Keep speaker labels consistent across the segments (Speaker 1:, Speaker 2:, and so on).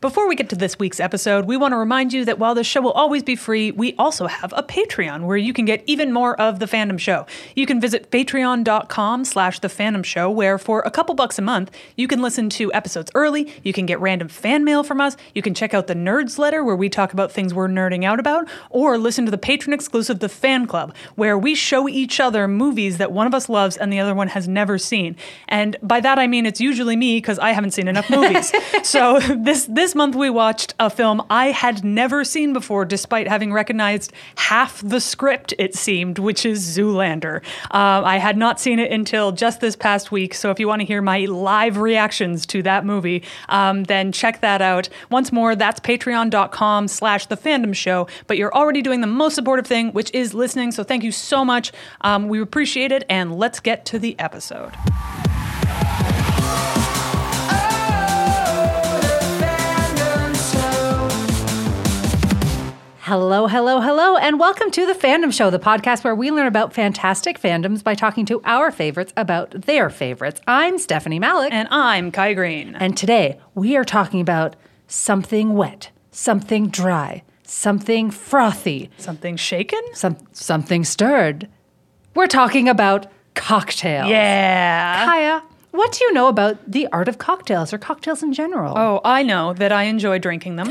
Speaker 1: Before we get to this week's episode, we want to remind you that while this show will always be free, we also have a Patreon where you can get even more of The Fandom Show. You can visit patreon.com slash The Fandom Show, where for a couple bucks a month, you can listen to episodes early, you can get random fan mail from us, you can check out the Nerds Letter, where we talk about things we're nerding out about, or listen to the patron exclusive The Fan Club, where we show each other movies that one of us loves and the other one has never seen. And by that I mean it's usually me because I haven't seen enough movies. so this this month we watched a film I had never seen before, despite having recognized half the script. It seemed, which is Zoolander. Uh, I had not seen it until just this past week. So if you want to hear my live reactions to that movie, um, then check that out. Once more, that's Patreon.com/slash The Fandom Show. But you're already doing the most supportive thing, which is listening. So thank you so much. Um, we appreciate it, and let's get to the episode.
Speaker 2: Hello, hello, hello, and welcome to the Fandom Show, the podcast where we learn about fantastic fandoms by talking to our favorites about their favorites. I'm Stephanie Malik,
Speaker 1: And I'm Kai Green.
Speaker 2: and today we are talking about something wet, something dry, something frothy,
Speaker 1: Something shaken?
Speaker 2: some something stirred. We're talking about cocktails.
Speaker 1: Yeah.
Speaker 2: Kaya, what do you know about the art of cocktails or cocktails in general?
Speaker 1: Oh, I know that I enjoy drinking them.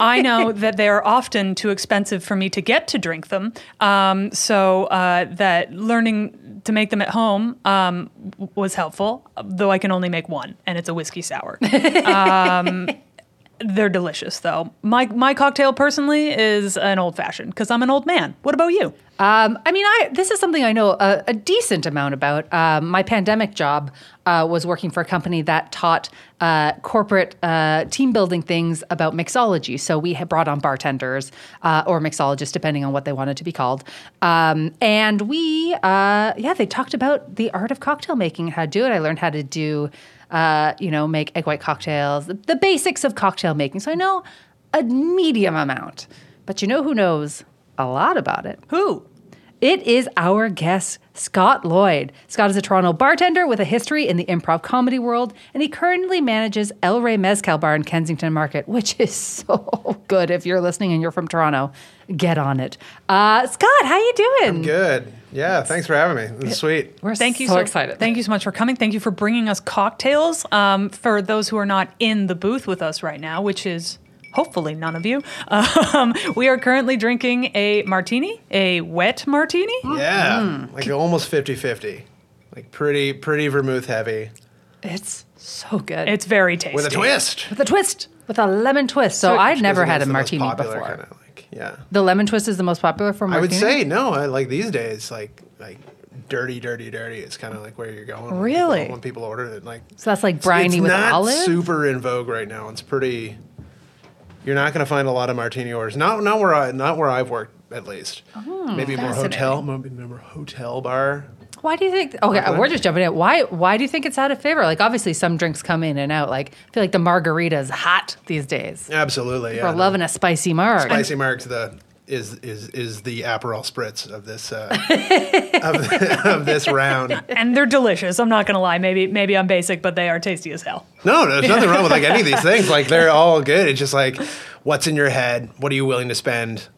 Speaker 1: I know that they are often too expensive for me to get to drink them. Um, so uh, that learning to make them at home um, w- was helpful, though I can only make one, and it's a whiskey sour. Um, they're delicious, though. My my cocktail personally is an old fashioned because I'm an old man. What about you?
Speaker 2: Um, I mean, I this is something I know a, a decent amount about. Um, my pandemic job uh, was working for a company that taught uh, corporate uh, team building things about mixology. So we had brought on bartenders uh, or mixologists, depending on what they wanted to be called. Um, and we, uh, yeah, they talked about the art of cocktail making, how to do it. I learned how to do, uh, you know, make egg white cocktails, the, the basics of cocktail making. So I know a medium amount, but you know who knows a lot about it.
Speaker 1: Who?
Speaker 2: It is our guest, Scott Lloyd. Scott is a Toronto bartender with a history in the improv comedy world, and he currently manages El Rey Mezcal Bar in Kensington Market, which is so good. If you're listening and you're from Toronto, get on it. Uh, Scott, how you doing?
Speaker 3: Good. Yeah, thanks for having me. This is sweet.
Speaker 2: We're
Speaker 1: Thank you
Speaker 2: so,
Speaker 1: so
Speaker 2: excited.
Speaker 1: Thank you so much for coming. Thank you for bringing us cocktails. Um, for those who are not in the booth with us right now, which is hopefully none of you, um, we are currently drinking a martini, a wet martini.
Speaker 3: Yeah. Mm. Like almost 50-50. Like pretty pretty vermouth heavy
Speaker 2: It's so good.
Speaker 1: It's very tasty.
Speaker 3: with a twist.
Speaker 2: with a twist, with a lemon twist. So, I've never had a martini before.
Speaker 3: Kinda, like, yeah.
Speaker 2: The lemon twist is the most popular for
Speaker 3: I
Speaker 2: martini.
Speaker 3: would say no, I like these days like like dirty dirty dirty is kind of like where you're going. when people-
Speaker 1: Really?
Speaker 3: When people order it like
Speaker 2: so. That's like
Speaker 3: it's
Speaker 2: briny with
Speaker 3: not
Speaker 2: olive.
Speaker 3: super in vogue right now. It's pretty you're not going to find a lot of martini orders. Not not where I not where I've worked at least.
Speaker 2: Oh,
Speaker 3: maybe more hotel, maybe more hotel bar.
Speaker 2: Why do you think? Okay, we're just jumping in. Why? Why do you think it's out of favor? Like, obviously, some drinks come in and out. Like, I feel like the margarita is hot these days.
Speaker 3: Absolutely.
Speaker 2: We're
Speaker 3: yeah, no.
Speaker 2: loving a spicy marg.
Speaker 3: Spicy Mark's the is is is the Aperol spritz of this uh, of, of this round.
Speaker 1: and they're delicious. I'm not gonna lie. Maybe maybe I'm basic, but they are tasty as hell.
Speaker 3: No, there's nothing wrong with like any of these things. Like they're all good. It's just like what's in your head. What are you willing to spend?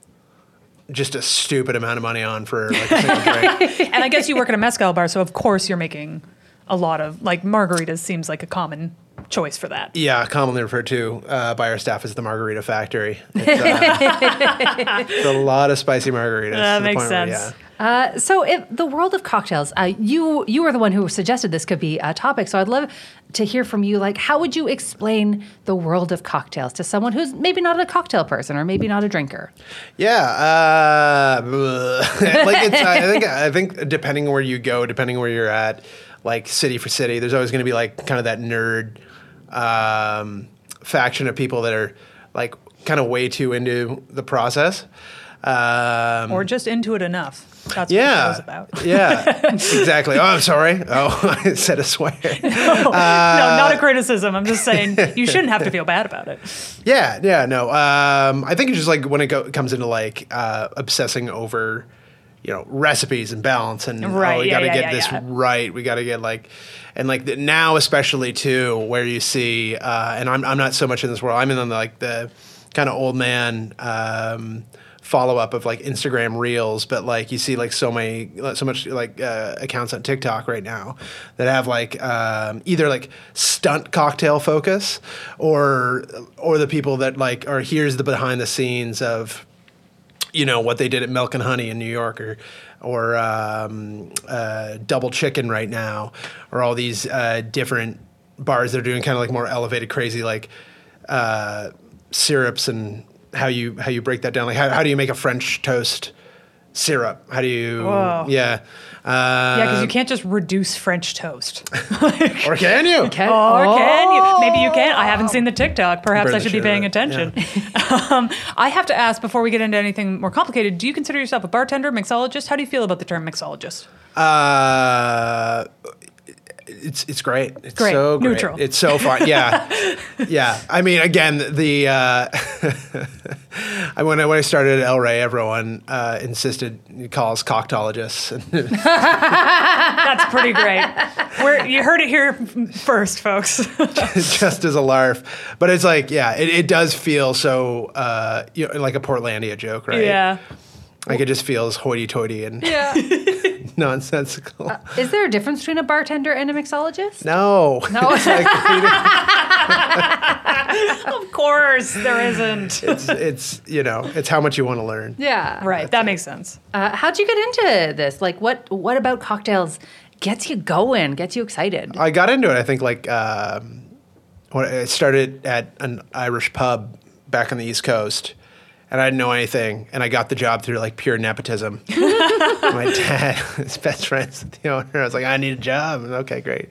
Speaker 3: Just a stupid amount of money on for like a single drink.
Speaker 1: and I guess you work at a mezcal bar, so of course you're making a lot of like margaritas. Seems like a common choice for that.
Speaker 3: Yeah, commonly referred to uh, by our staff as the Margarita Factory. It's, uh, it's a lot of spicy margaritas.
Speaker 1: That
Speaker 3: to the
Speaker 1: makes
Speaker 3: point where,
Speaker 1: sense.
Speaker 3: yeah.
Speaker 2: Uh, so, if the world of cocktails, uh, you you are the one who suggested this could be a topic. So, I'd love to hear from you. Like, how would you explain the world of cocktails to someone who's maybe not a cocktail person or maybe not a drinker?
Speaker 3: Yeah, uh, like it's, I think I think depending where you go, depending where you're at, like city for city, there's always going to be like kind of that nerd um, faction of people that are like kind of way too into the process. Um,
Speaker 1: Or just into it enough. That's what the show's
Speaker 3: yeah,
Speaker 1: about.
Speaker 3: yeah, exactly. Oh, I'm sorry. Oh, I said a swear. Uh,
Speaker 1: no, not a criticism. I'm just saying you shouldn't have to feel bad about it.
Speaker 3: Yeah, yeah, no. Um, I think it's just like when it go- comes into like uh, obsessing over you know recipes and balance and
Speaker 1: Right,
Speaker 3: oh, we
Speaker 1: yeah,
Speaker 3: got to
Speaker 1: yeah,
Speaker 3: get
Speaker 1: yeah,
Speaker 3: this
Speaker 1: yeah.
Speaker 3: right. We got to get like, and like the, now especially too, where you see, uh, and I'm I'm not so much in this world. I'm in the, like the kind of old man. Um, follow up of like Instagram reels but like you see like so many so much like uh, accounts on TikTok right now that have like um, either like stunt cocktail focus or or the people that like are here's the behind the scenes of you know what they did at Milk and Honey in New York, or or um, uh, Double Chicken right now, or all these uh, different bars that are doing kind of like more elevated, crazy like uh, syrups and how you how you break that down. Like how, how do you make a French toast syrup? How do you
Speaker 1: Whoa.
Speaker 3: yeah?
Speaker 1: Yeah, because
Speaker 3: Uh,
Speaker 1: you can't just reduce French toast.
Speaker 3: Um, or can you?
Speaker 2: Can-
Speaker 1: Or can
Speaker 2: Oh.
Speaker 1: you? Maybe you can. I haven't seen the TikTok. Perhaps
Speaker 3: Burn
Speaker 1: I
Speaker 3: the
Speaker 1: should be
Speaker 3: shit out
Speaker 1: paying
Speaker 3: of it.
Speaker 1: attention. um, I have to ask before we get into anything more complicated. Do you consider yourself a bartender, mixologist? How do you feel about the term mixologist?
Speaker 3: Uh, it's it's great. It's
Speaker 1: Great.
Speaker 3: so great.
Speaker 1: Neutral.
Speaker 3: It's so fun. Yeah, yeah. I mean, again, the uh, I when I when I started at El Rey, everyone uh, insisted you call us cocktailologists.
Speaker 1: That's pretty great. We're, you heard it here first, folks.
Speaker 3: just as a larf. But it's like, yeah, it, it does feel so uh, you know, like a Portlandia joke, right?
Speaker 1: Yeah.
Speaker 3: Like it just feels hoity-toity and
Speaker 2: Yeah.
Speaker 3: nonsensical.
Speaker 2: Is there a difference between a bartender and a mixologist?
Speaker 3: no.
Speaker 2: No.
Speaker 3: It's like-
Speaker 1: Of course, there isn't.
Speaker 3: it's it's you know it's how much you want to learn.
Speaker 2: Yeah.
Speaker 1: Right. That makes sense.
Speaker 2: Uh, how'd you get into this? Like, what what about cocktails gets you going, gets you excited?
Speaker 3: I got into it. I think like um, when it started at an Irish pub back on the East Coast, and I didn't know anything, and I got the job through like pure nepotism. My dad, his best friends with the owner. I was like, I need a job. And, okay, great.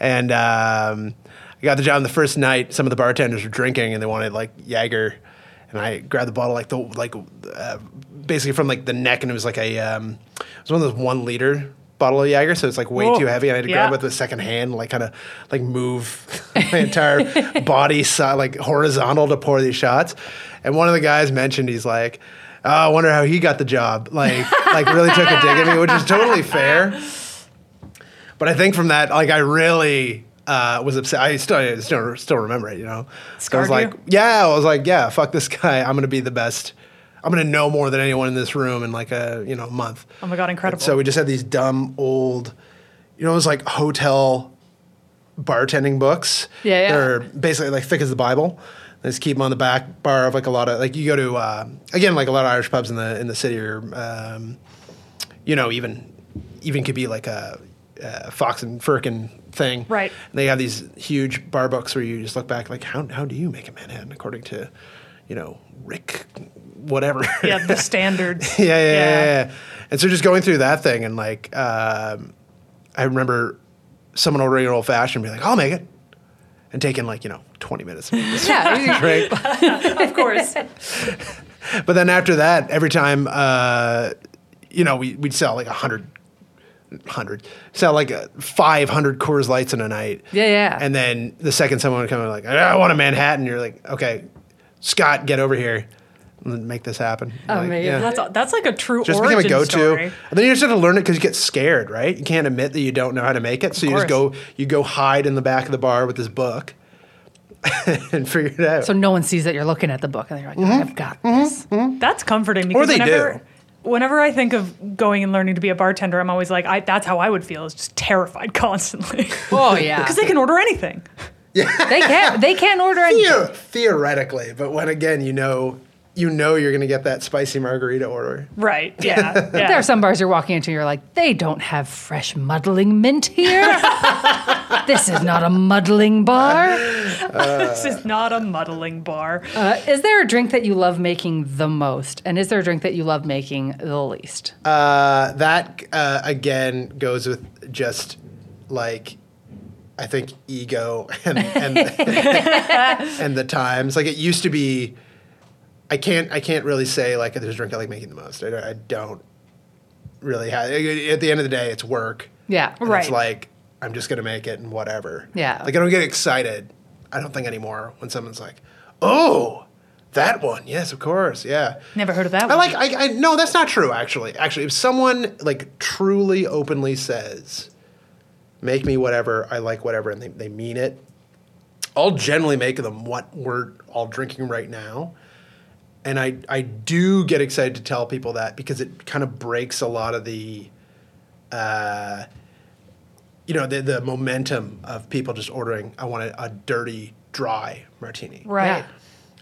Speaker 3: And um, I got the job. And the first night, some of the bartenders were drinking, and they wanted like Jaeger. And I grabbed the bottle like the like uh, basically from like the neck, and it was like a um, it was one of those one liter bottle of Jaeger, so it's like way
Speaker 1: Whoa.
Speaker 3: too heavy. And I had to
Speaker 1: Yeah.
Speaker 3: grab it with the second hand, like kind of like move my entire body side, like horizontal to pour these shots. And one of the guys mentioned, he's like, "Oh, I wonder how he got the job." Like, like really took a dig at me, which is totally fair. But I think from that, like, I really uh, was upset. I still, I still, still remember it. You know, I
Speaker 1: Scarred
Speaker 3: was
Speaker 1: you?
Speaker 3: like, "Yeah," I was like, "Yeah, fuck this guy. I'm gonna be the best." I'm gonna know more than anyone in this room in like a you know month.
Speaker 1: Oh my God, incredible.
Speaker 3: So we just had these dumb old, you know, it was like hotel bartending books.
Speaker 2: Yeah, yeah.
Speaker 3: They're basically like thick as the Bible. They just keep them on the back bar of like a lot of like you go to uh, again like a lot of Irish pubs in the in the city or um, you know even even could be like a, uh Fox and Firkin thing.
Speaker 1: Right.
Speaker 3: And they have these huge bar books where you just look back like how how do you make a Manhattan according to you know Rick whatever
Speaker 1: Yeah, the standards.
Speaker 3: yeah, yeah,
Speaker 1: Yeah.
Speaker 3: yeah, yeah, yeah. And so just going through that thing and like, um, I remember someone ordering an old fashioned, be like, "I'll make it," and taking like you know twenty minutes. to make this
Speaker 2: yeah.
Speaker 3: drink.
Speaker 1: of course.
Speaker 3: but then after that, every time, uh, you know, we we'd sell like a hundred. Hundred sell like uh, five hundred Coors Lights in a night.
Speaker 2: Yeah, yeah.
Speaker 3: And then the second someone would come in like, I want a Manhattan. You're like, okay, Scott, get over here, and make this happen. You're like,
Speaker 2: Oh, Amazing.
Speaker 3: "Yeah."
Speaker 1: That's, that's like a true
Speaker 3: just
Speaker 1: origin
Speaker 3: became a go-to
Speaker 1: story.
Speaker 3: and then you just have to learn it because you get scared right you can't admit that you don't know how to make it so you just
Speaker 1: course.
Speaker 3: go you go hide in the back of the bar with this book and figure it out
Speaker 2: So no one sees that you're looking at the book, and they're like,
Speaker 3: Mm-hmm.
Speaker 2: "I've got this."
Speaker 1: That's comforting because
Speaker 3: Or they
Speaker 1: whenever,
Speaker 3: do.
Speaker 1: whenever I think of going and learning to be a bartender, I'm always like, I, that's how I would feel is just terrified constantly.
Speaker 2: Oh yeah,
Speaker 1: Because they can order anything.
Speaker 2: they can't they can't order any.
Speaker 3: Theo- theoretically but when again you know you know you're going to get that spicy margarita order
Speaker 1: Right. Yeah. yeah.
Speaker 2: There are some bars you're walking into, you're like, they don't have fresh muddling mint here. this is not a muddling bar.
Speaker 1: this is not a muddling bar.
Speaker 2: Uh, is there a drink that you love making the most, and is there a drink that you love making the least?
Speaker 3: uh, that uh, again goes with just like I think ego and and, and the times. Like it used to be, I can't I can't really say like there's a drink I like making the most. I don't, I don't really have. At the end of the day, it's work.
Speaker 2: yeah,
Speaker 3: And
Speaker 1: Right.
Speaker 3: It's like I'm just gonna make it and whatever.
Speaker 2: Yeah.
Speaker 3: Like I don't get excited. I don't think anymore when someone's like, "Oh, That one, yes, of course, yeah.
Speaker 1: Never heard of that
Speaker 3: I
Speaker 1: one.
Speaker 3: like. I, I no, that's not true. Actually, actually, if someone like truly openly says, "Make me whatever I like, whatever," and they, they mean it, I'll generally make them what we're all drinking right now, and I I do get excited to tell people that because it kind of breaks a lot of the. Uh, you know the, the momentum of people just ordering. I want a, a dirty, dry martini.
Speaker 1: Right.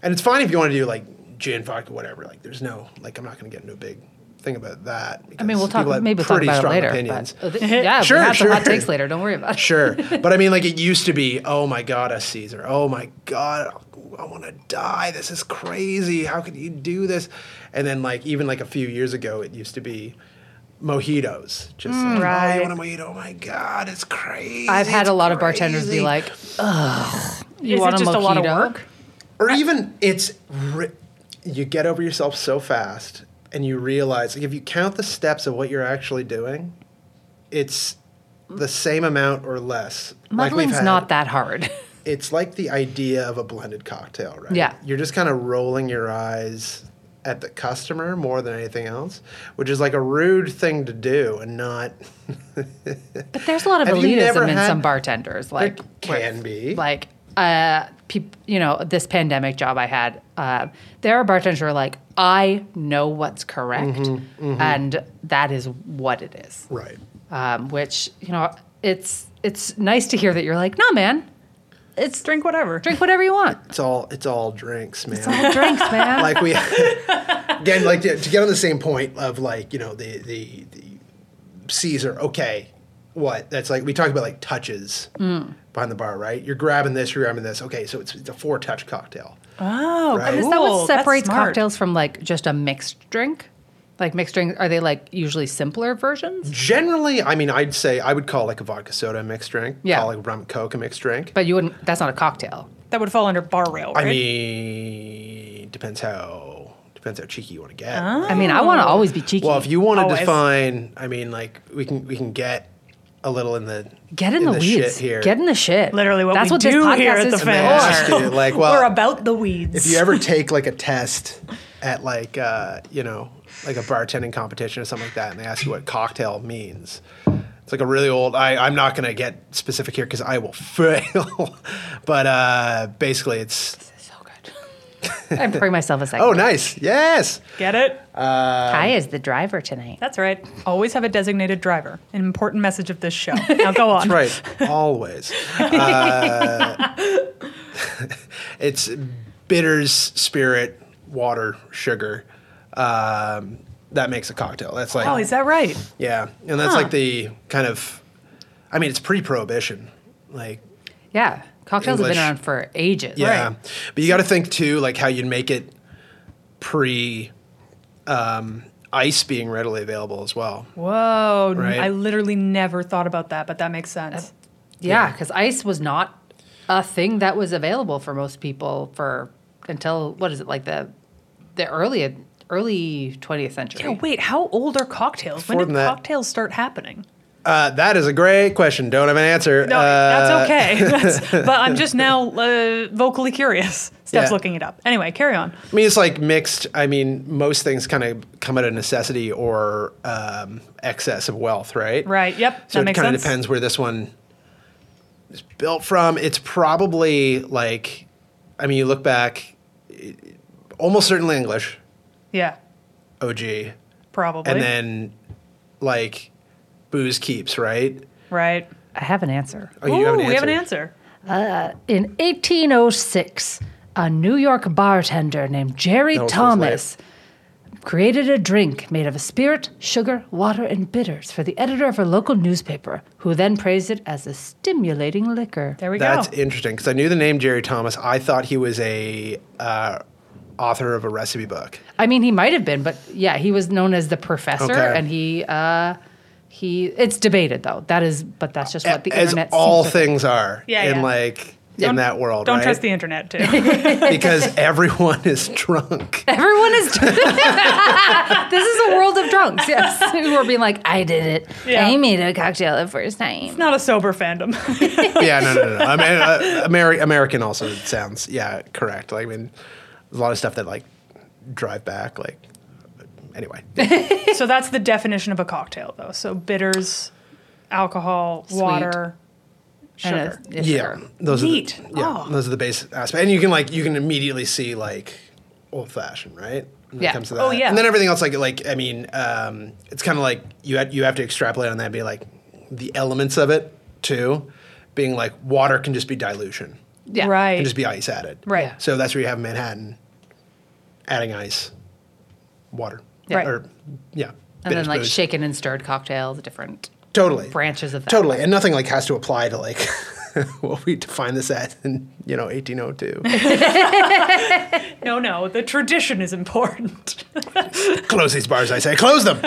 Speaker 3: And it's fine if you want to do like gin, vodka, whatever. Like, there's no like, I'm not going to get into a big thing about that.
Speaker 2: I mean, we'll
Speaker 3: because people
Speaker 2: talk.
Speaker 3: have
Speaker 2: Maybe we'll talk
Speaker 3: pretty
Speaker 2: about it
Speaker 3: strong
Speaker 2: later.
Speaker 3: Opinions.
Speaker 2: but- uh, th- yeah,
Speaker 3: Sure,
Speaker 2: we have some hot
Speaker 3: sure.
Speaker 2: takes later. Don't worry about it.
Speaker 3: sure, but I mean, like, it used to be. Oh my god, a Caesar. Oh my god, I want to die. This is crazy. How could you do this? And then, like, even like a few years ago, it used to be. Mojitos, just like, oh,
Speaker 1: right.
Speaker 3: you want a mojito? Oh my god, it's crazy.
Speaker 2: Mm, I've had
Speaker 3: it's
Speaker 2: a lot of bartenders
Speaker 3: crazy."
Speaker 2: be like, "Ugh, you
Speaker 1: Is
Speaker 2: want
Speaker 1: it just a lot of
Speaker 2: mojito?"
Speaker 1: work?
Speaker 3: or even it's ri- you get over yourself so fast and you realize like if you count the steps of what you're actually doing it's the same amount or less like we've
Speaker 2: Muddling's
Speaker 3: had.
Speaker 2: not that hard.
Speaker 3: it's like the idea of a blended cocktail right
Speaker 2: Yeah.
Speaker 3: you're just kind of rolling your eyes at the customer more than anything else which is like a rude thing to do and not
Speaker 2: But there's a lot of
Speaker 3: Have you never
Speaker 2: elitism in
Speaker 3: had-
Speaker 2: some bartenders. Like
Speaker 3: can
Speaker 2: where-
Speaker 3: be.
Speaker 2: Like uh, peop, you know, this pandemic job I had, uh, there are bartenders who are like, I know what's correct,
Speaker 3: Mm-hmm,
Speaker 2: and that is what it is.
Speaker 3: right
Speaker 2: Um, which you know, it's it's nice to hear that you're like, nah, man,
Speaker 1: It's drink whatever.
Speaker 2: drink whatever you want.
Speaker 3: it's all it's all drinks man
Speaker 2: Drinks, man.
Speaker 3: like we again like to, to get on the same point of like you know the the, the caesar okay what that's like we talked about like touches
Speaker 2: Mm.
Speaker 3: behind the bar right you're grabbing this you're grabbing this okay so it's, it's a four touch cocktail
Speaker 1: Oh,
Speaker 3: Right.
Speaker 1: cool.
Speaker 2: Is that what
Speaker 1: That's
Speaker 2: separates
Speaker 1: smart.
Speaker 2: cocktails from like just a mixed drink? Like mixed drinks, are they like usually simpler versions?
Speaker 3: generally i mean i'd say i would call like a vodka soda a mixed drink
Speaker 2: Yeah.
Speaker 3: call like rum coke a mixed drink
Speaker 2: But you wouldn't. That's not a cocktail.
Speaker 1: That would fall under bar rail,
Speaker 3: i
Speaker 1: right?
Speaker 3: mean depends how depends how cheeky you want to get
Speaker 2: I mean, I want to always be cheeky.
Speaker 3: well if you want
Speaker 1: Always.
Speaker 3: to define i mean like we can we can get a little in the
Speaker 2: Get in, the, weeds.
Speaker 3: shit here
Speaker 2: Get in the shit.
Speaker 1: Literally what
Speaker 2: That's
Speaker 1: we
Speaker 2: what this
Speaker 1: do
Speaker 2: podcast
Speaker 1: here at
Speaker 2: is
Speaker 1: the
Speaker 2: for. Oh,
Speaker 1: Fan Hour.
Speaker 3: Ask you, like well
Speaker 1: We're about the weeds.
Speaker 3: if you ever take like a test at like uh, you know like a bartending competition or something like that and they ask you what cocktail means it's like a really old I, i'm not going to get specific here because i will fail but uh, basically it's
Speaker 2: So good. I'm pouring myself a second.
Speaker 3: oh nice yes
Speaker 1: Get it?
Speaker 2: Kai is the driver tonight.
Speaker 1: That's right. Always have a designated driver. An important message of this show. Now go on.
Speaker 3: right always Uh, it's bitters spirit water sugar um, that makes a cocktail that's like
Speaker 1: Oh, is that right?
Speaker 3: Yeah, and that's like the kind of, I mean, it's pre-prohibition, like
Speaker 2: Yeah, cocktails have
Speaker 3: English.
Speaker 2: been around for ages.
Speaker 3: yeah.
Speaker 1: Right.
Speaker 3: But you got to think too, like how you'd make it pre, um, ice being readily available as well.
Speaker 1: Whoa. n-
Speaker 3: Right.
Speaker 1: I literally never thought about that, but that makes sense.
Speaker 2: Yeah, because ice was not a thing that was available for most people for until what is it like the the early early 20th century.
Speaker 1: Yeah, wait, how old are cocktails? When
Speaker 3: Before
Speaker 1: did
Speaker 3: that-
Speaker 1: cocktails start happening?
Speaker 3: Uh, that is a great question. Don't have an answer.
Speaker 1: No,
Speaker 3: Uh,
Speaker 1: that's okay. That's- but I'm just now uh, vocally curious. Steph's
Speaker 3: Yeah.
Speaker 1: looking it up. Anyway, carry on.
Speaker 3: I mean, it's like mixed. I mean, most things kind of come out of necessity or um, excess of wealth, right?
Speaker 1: Right. Yep.
Speaker 3: So
Speaker 1: that
Speaker 3: it
Speaker 1: makes
Speaker 3: kind
Speaker 1: sense.
Speaker 3: of depends where this one is built from. It's probably like, I mean, you look back, it- almost certainly English,
Speaker 1: Yeah.
Speaker 3: OG,
Speaker 1: Probably.
Speaker 3: and then like booze keeps, right?
Speaker 1: right.
Speaker 2: I have an answer.
Speaker 3: Oh, you have an
Speaker 1: Ooh, we have an
Speaker 3: answer.
Speaker 1: answer.
Speaker 2: In 1806, a New York bartender named Jerry
Speaker 3: That was
Speaker 2: Thomas created a drink made of spirit, sugar, water, and bitters for the editor of her local newspaper, who then praised it as a stimulating liquor.
Speaker 1: There we
Speaker 3: That's
Speaker 1: go.
Speaker 3: interesting because I knew the name Jerry Thomas. I thought he was a uh, author of a recipe book.
Speaker 2: I mean, he might have been, but yeah, he was known as the professor,
Speaker 3: Okay.
Speaker 2: and he uh, he. It's debated though. That is, but that's just what the
Speaker 3: As
Speaker 2: internet
Speaker 3: all
Speaker 2: seems to-
Speaker 3: things are
Speaker 1: Yeah,
Speaker 3: in
Speaker 1: yeah.
Speaker 3: like in that world,
Speaker 1: Don't
Speaker 3: right?
Speaker 1: trust the internet, too.
Speaker 3: because everyone is drunk.
Speaker 2: Everyone is. this is a world of drunks. Yes, who are being like, I did it.
Speaker 1: Yeah.
Speaker 2: I made a cocktail the first time.
Speaker 1: Not a sober fandom.
Speaker 3: yeah, no, no, no. no. I mean, uh, Ameri- American also sounds yeah correct. Like, I mean, There's a lot of stuff that like drive back. Like anyway,
Speaker 1: so that's the definition of a cocktail, though. So bitters, alcohol,
Speaker 2: Sweet.
Speaker 1: water,
Speaker 2: And
Speaker 1: sugar.
Speaker 2: it's- it's
Speaker 3: yeah,
Speaker 2: sugar.
Speaker 3: those are
Speaker 1: Neat.
Speaker 3: the, yeah,
Speaker 1: Oh.
Speaker 3: those are the base aspect, and you can like you can immediately see like old fashioned, right? When
Speaker 2: Yeah.
Speaker 3: It comes to that.
Speaker 1: Oh, yeah.
Speaker 3: And then everything else, like like I mean, um, it's kind of like you had, you have to extrapolate on that, and be like the elements of it too, being like water can just be dilution,
Speaker 2: Yeah.
Speaker 1: Right.
Speaker 3: can just be ice added,
Speaker 1: Right. Yeah.
Speaker 3: So that's where you have Manhattan adding ice, water,
Speaker 2: Yeah. Right.
Speaker 3: or yeah,
Speaker 2: And then
Speaker 3: bitters,
Speaker 2: like
Speaker 3: booze.
Speaker 2: shaken and stirred cocktails, different.
Speaker 3: totally
Speaker 2: branches of that.
Speaker 3: totally and nothing like has to apply to like what we define this as in you know 1802
Speaker 1: No, no, the tradition is important.
Speaker 3: close these bars i say close them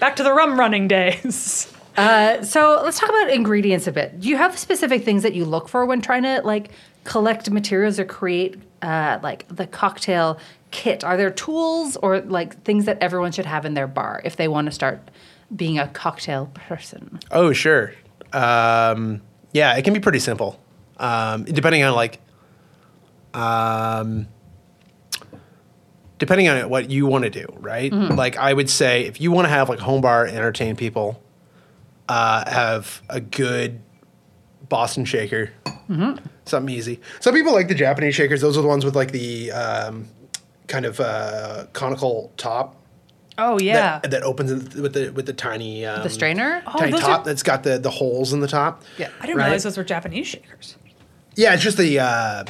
Speaker 1: Back to the rum running days.
Speaker 2: Uh, so let's talk about ingredients a bit. Do you have specific things that you look for when trying to like collect materials or create uh, like the cocktail kit? Are there tools or like things that everyone should have in their bar if they want to start being a cocktail person?
Speaker 3: oh sure um, yeah it can be pretty simple um, depending on like um, depending on what you want to do right like i would say if you want to have like a home bar entertain people uh, have a good boston shaker something easy some people like the japanese shakers those are the ones with like the um, kind of uh, conical top
Speaker 1: Oh, yeah.
Speaker 3: that, that opens with the with the tiny um,
Speaker 2: The strainer?
Speaker 1: Oh,
Speaker 3: tiny
Speaker 1: those
Speaker 3: top
Speaker 1: are-
Speaker 3: that's got the the holes in the top.
Speaker 2: Yeah.
Speaker 1: I didn't
Speaker 3: right?
Speaker 1: realize those were Japanese shakers.
Speaker 3: Yeah, it's just the uh,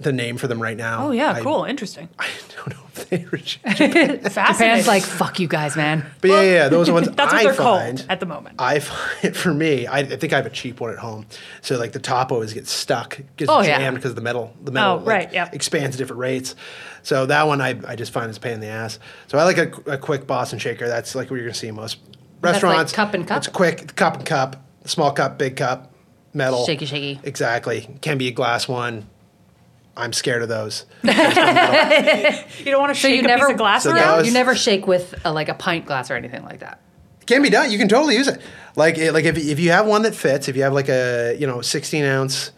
Speaker 3: the name for them right now.
Speaker 1: Oh, yeah,
Speaker 3: I-
Speaker 1: cool. Interesting.
Speaker 3: I don't know if they were,
Speaker 1: Fascinating.
Speaker 2: Japan's like fuck you guys, man.
Speaker 3: but yeah, yeah, yeah, those are ones
Speaker 1: That's what
Speaker 3: I
Speaker 1: they're
Speaker 3: find.
Speaker 1: called at the moment.
Speaker 3: I find for me, I, I think I have a cheap one at home. So like the top always gets stuck, gets
Speaker 2: Oh, yeah.
Speaker 3: jammed because the metal, the metal
Speaker 1: Oh,
Speaker 3: like,
Speaker 1: right, yeah.
Speaker 3: expands at different rates. So that one I, I just find is a pain in the ass. So I like a, a quick Boston shaker. That's like what you're gonna see in most
Speaker 2: That's like
Speaker 3: restaurants.
Speaker 2: cup and cup?
Speaker 3: It's quick, cup and cup, small cup, big cup, metal.
Speaker 2: Shaky, shaky.
Speaker 3: Exactly. Can be a glass one. I'm scared of those.
Speaker 1: You don't want to
Speaker 2: So
Speaker 1: shake
Speaker 2: you
Speaker 1: a
Speaker 2: never
Speaker 1: piece of glass
Speaker 3: So that
Speaker 1: around?
Speaker 3: was-
Speaker 2: you never shake with a, like a pint glass or anything like that.
Speaker 3: can be done. You can totally use it. Like it- like if if you have one that fits, if you have like a you know sixteen ounce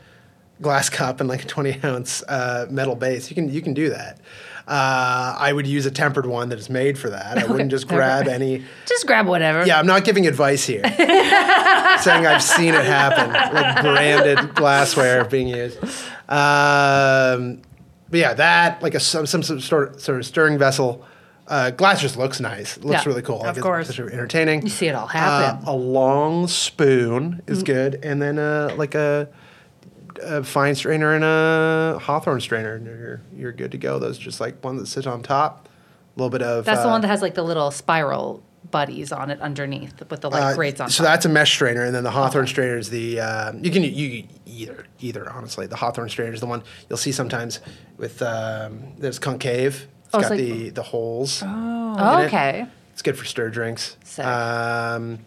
Speaker 3: glass cup and like a twenty ounce uh, metal base, you can you can do that. Uh, I would use a tempered one that is made for that. I wouldn't just grab any.
Speaker 2: Just grab whatever.
Speaker 3: Yeah, I'm not giving advice here. saying I've seen it happen, like branded glassware being used. Um, but yeah, that like a some some, some sort, sort of stirring vessel. Uh, glass just looks nice. Looks
Speaker 2: Yeah,
Speaker 3: really cool. Like, it's-
Speaker 1: course.
Speaker 3: it's entertaining.
Speaker 2: You see it all happen. Mm.
Speaker 3: Uh, a long spoon is good, and then uh, like a, a fine strainer and a Hawthorne strainer, and you're you're good to go. Those just like ones that sit on top. A little bit of
Speaker 2: That's the
Speaker 3: uh,
Speaker 2: one that has like the little spiral buddies on it underneath with the like
Speaker 3: uh,
Speaker 2: grates on
Speaker 3: So
Speaker 2: top.
Speaker 3: that's a mesh strainer, and then the Hawthorne strainer is the uh, you can you either either honestly the Hawthorne strainer is the one you'll see sometimes with um, that's concave. It's
Speaker 2: Oh, it's
Speaker 3: got
Speaker 2: like-
Speaker 3: the the holes.
Speaker 2: Oh,
Speaker 3: in it.
Speaker 2: okay.
Speaker 3: It's good for stir drinks.
Speaker 2: Sick.
Speaker 3: Um,